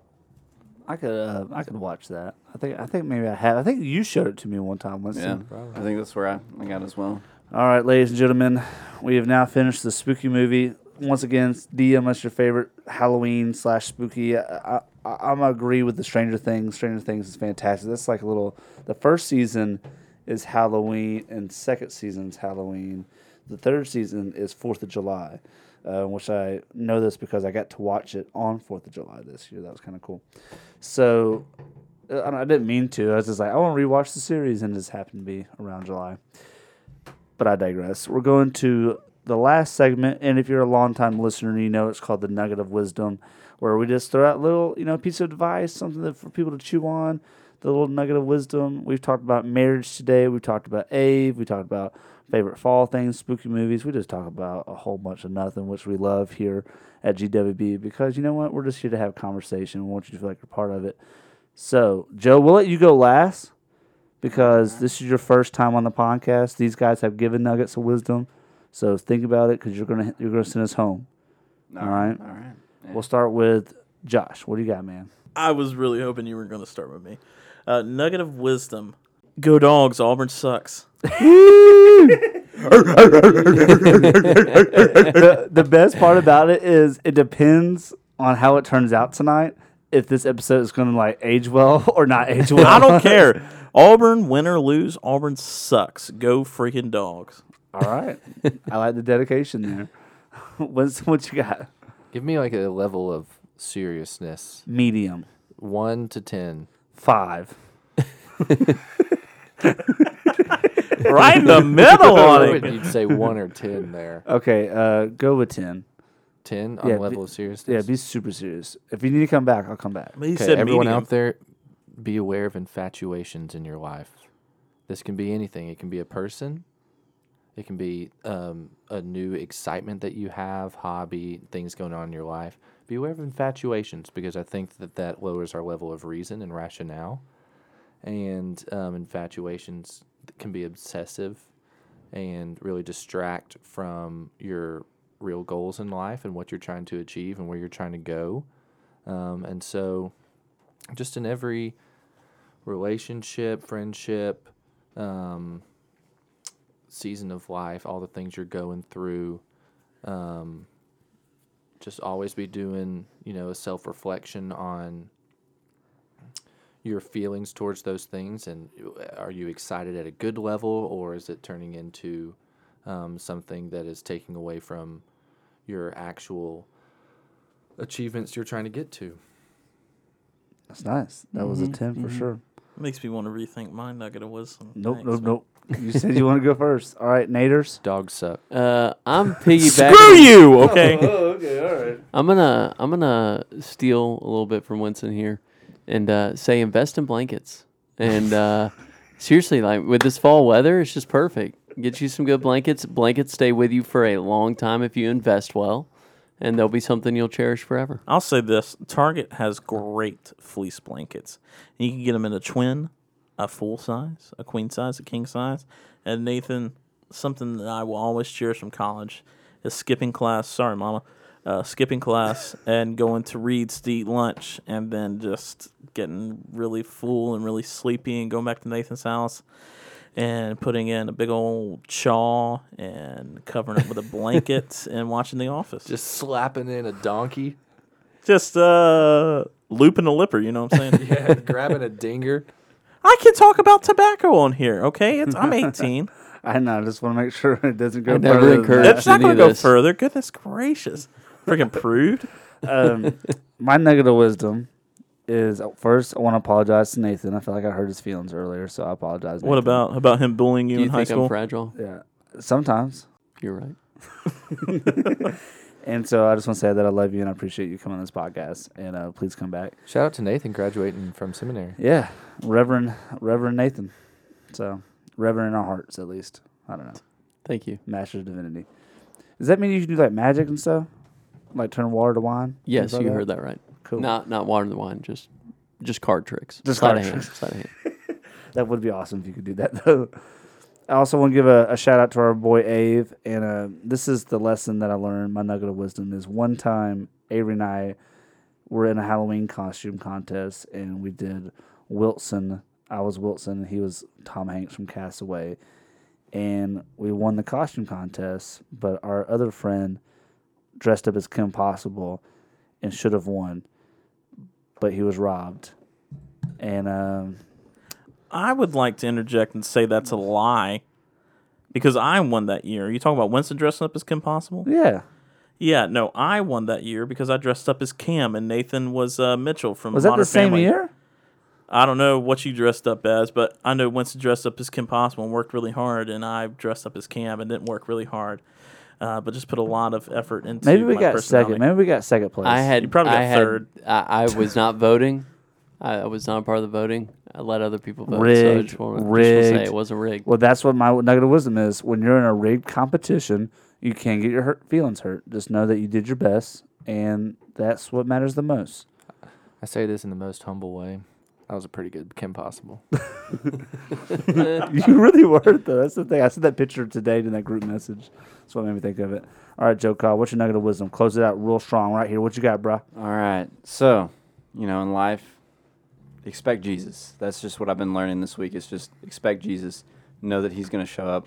S1: I could. Uh, I could watch that. I think. I think maybe I have. I think you showed it to me one time. Let's
S6: Yeah,
S1: see.
S6: I think that's where I, I got as well.
S1: All right, ladies and gentlemen, we have now finished the spooky movie. Once again, DM us your favorite Halloween slash spooky. I, I, I'm agree with the Stranger Things. Stranger Things is fantastic. That's like a little. The first season is Halloween, and second season's Halloween. The third season is Fourth of July, uh, which I know this because I got to watch it on Fourth of July this year. That was kind of cool. So uh, I, don't, I didn't mean to. I was just like, I want to rewatch the series, and it just happened to be around July. But I digress. We're going to the last segment, and if you're a longtime listener, you know it's called the Nugget of Wisdom, where we just throw out little, you know, piece of advice, something that for people to chew on. The little nugget of wisdom. We've talked about marriage today. We've talked about Ave. We talked about favorite fall things, spooky movies. We just talk about a whole bunch of nothing, which we love here at GWB because you know what? We're just here to have conversation. We want you to feel like you're part of it. So, Joe, we'll let you go last because this is your first time on the podcast. These guys have given nuggets of wisdom, so think about it because you're gonna you're gonna send us home. All right.
S6: All right.
S1: We'll start with Josh. What do you got, man?
S4: I was really hoping you were going to start with me. Uh, nugget of wisdom: Go dogs. Auburn sucks.
S1: the, the best part about it is it depends on how it turns out tonight. If this episode is gonna like age well or not age well,
S4: I don't care. Auburn win or lose, Auburn sucks. Go freaking dogs.
S1: All right, I like the dedication there. What's what you got?
S5: Give me like a level of seriousness,
S1: Medium.
S5: one to ten.
S1: Five.
S4: right in the middle
S5: I
S4: on
S5: would-
S4: it.
S5: You'd say one or ten there.
S1: Okay, uh, go with ten.
S5: Ten on
S1: Yeah,
S5: level
S1: be-
S5: of
S1: Yeah,
S5: seriousness.
S1: be super serious. If you need to come back, I'll come back.
S4: He
S5: okay,
S4: said
S5: everyone
S4: medium.
S5: out there, be aware of infatuations in your life. This can be anything. It can be a person. It can be um, a new excitement that you have, hobby, things going on in your life. Be aware of infatuations because I think that that lowers our level of reason and rationale. And um, infatuations can be obsessive and really distract from your real goals in life and what you're trying to achieve and where you're trying to go. Um, and so, just in every relationship, friendship, um, season of life, all the things you're going through, um, just always be doing, you know, a self reflection on your feelings towards those things. And are you excited at a good level, or is it turning into um, something that is taking away from your actual achievements you're trying to get to?
S1: That's nice. That was a ten for sure.
S4: Makes me want to rethink my nugget of wisdom.
S1: Nope,
S4: Thanks,
S1: nope,
S4: man.
S1: nope. You said you want to go first. All right, Naders.
S5: Dogs suck.
S3: Uh, I'm piggybacking.
S4: Screw you. Okay.
S1: okay, all right.
S3: I'm gonna I'm gonna steal a little bit from Winston here, and uh, say invest in blankets. And uh, seriously, like with this fall weather, it's just perfect. Get you some good blankets. Blankets stay with you for a long time if you invest well, and they'll be something you'll cherish forever.
S4: I'll say this: Target has great fleece blankets. You can get them in a twin, a full size, a queen size, a king size. And Nathan, something that I will always cherish from college is skipping class. Sorry, Mama. Uh, skipping class and going to Reed's to eat lunch, and then just getting really full and really sleepy, and going back to Nathan's house and putting in a big old shawl and covering it with a blanket and watching The Office
S5: Just slapping in a donkey,
S4: just uh looping the lipper, you know what I'm saying?
S5: yeah, grabbing a dinger.
S4: I can talk about tobacco on here, okay? It's I'm 18.
S1: I know. I just want to make sure it doesn't go.
S3: I never
S1: further than
S3: encouraged
S1: that.
S4: it's not
S3: Any
S4: going
S3: of
S4: to go
S3: this.
S4: further. Goodness gracious. Freaking prude.
S1: um, my nugget of wisdom is uh, first I want to apologize to Nathan. I feel like I hurt his feelings earlier, so I apologize.
S4: What
S1: Nathan.
S4: about about him bullying you
S3: Do you
S4: in high
S3: think I'm
S4: school?
S3: fragile?
S1: Yeah, sometimes.
S3: You're right.
S1: And so I just want to say that I love you and I appreciate you coming on this podcast. And uh, please come back.
S5: Shout out to Nathan graduating from seminary.
S1: Yeah, Reverend Reverend Nathan. So Reverend in our hearts, at least. I don't know.
S3: Thank you.
S1: Master of Divinity. Does that mean you can do like magic and stuff? Like turn water to wine?
S3: Yes,
S1: Things like
S3: you heard that right.
S1: Cool.
S3: Not not water in the wine, just just card tricks.
S1: Just
S3: Sleight
S1: card
S3: of hand,
S1: tricks.
S3: sleight of hand.
S1: That would be awesome if you could do that though. I also want to give a, a shout out to our boy Ave, and uh, this is the lesson that I learned. My nugget of wisdom is one time Avery and I were in a Halloween costume contest, and we did Wilson. I was Wilson, and he was Tom Hanks from Castaway, and we won the costume contest. But our other friend dressed up as Kim Possible and should have won, but he was robbed, and. Um,
S4: I would like to interject and say that's a lie. Because I won that year. Are you talking about Winston dressing up as Kim Possible?
S1: Yeah.
S4: Yeah, no, I won that year because I dressed up as Cam and Nathan was uh, Mitchell from
S1: Was that
S4: Modern
S1: the same
S4: Family.
S1: year?
S4: I don't know what you dressed up as, but I know Winston dressed up as Kim Possible and worked really hard, and I dressed up as Cam and didn't work really hard, uh, but just put a lot of effort into.
S1: Maybe we
S4: my
S1: got
S4: personality.
S1: second. Maybe we got second place.
S3: I had
S4: You probably got
S3: I had-
S4: third.
S3: I, I was not voting. I, I was not a part of the voting. I let other people vote. so I
S1: Rigged,
S3: just wanna- just wanna say
S1: rigged.
S3: it wasn't rigged.
S1: Well, that's what my nugget of wisdom is. When you're in a rigged competition, you can get your hurt, feelings hurt. Just know that you did your best, and that's what matters the most.
S5: I say this in the most humble way. That was a pretty good Kim Possible.
S1: you really were, though. That's the thing. I sent that picture today in that group message. That's what made me think of it. All right, Joe Cobb, what's your nugget of wisdom? Close it out real strong right here. What you got, bro?
S6: All right. So, you know, in life, expect Jesus. That's just what I've been learning this week. Is just expect Jesus. Know that He's going to show up.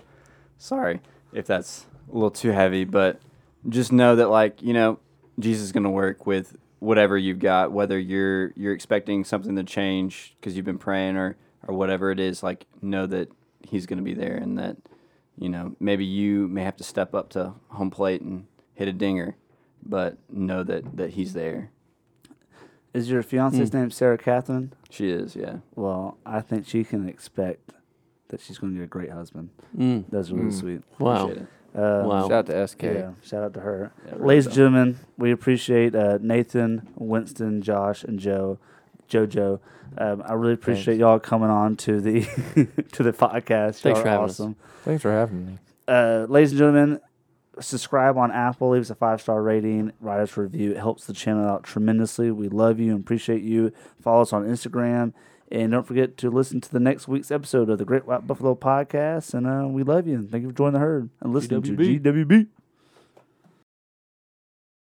S6: Sorry if that's a little too heavy, but just know that, like, you know, Jesus is going to work with whatever you've got, whether you're you're expecting something to change because you've been praying or or whatever it is. Like, know that He's going to be there, and that you know maybe you may have to step up to home plate and hit hit a dinger, but know that that he's there.
S1: Is your fiance's name Sarah Catherine?
S6: She is, yeah.
S1: Hmm. Well, I think she can expect that she's going to get a great husband.
S3: Mm.
S1: That's
S4: Hmm.
S1: really sweet.
S3: Wow.
S6: Appreciate it.
S1: Uh,
S3: Wow.
S5: Shout out to SK.
S1: Yeah, shout out to her.
S6: Yeah, really
S1: Ladies
S6: so.
S1: and gentlemen, we appreciate uh, Nathan, Winston, Josh, and Joe, JoJo. Um, I really appreciate y'all coming on to the to the podcast.
S3: Thanks
S1: Y'all are
S3: for having us.
S1: awesome.
S5: Thanks for having me.
S1: Uh, ladies and gentlemen, subscribe on Apple, leave us a five star rating, write us a review. It helps the channel out tremendously. We love you and appreciate you. Follow us on Instagram. And don't forget to listen to the next week's episode of the Great White Buffalo Podcast. And uh, we love you. And thank you for joining the herd and listening to GWB.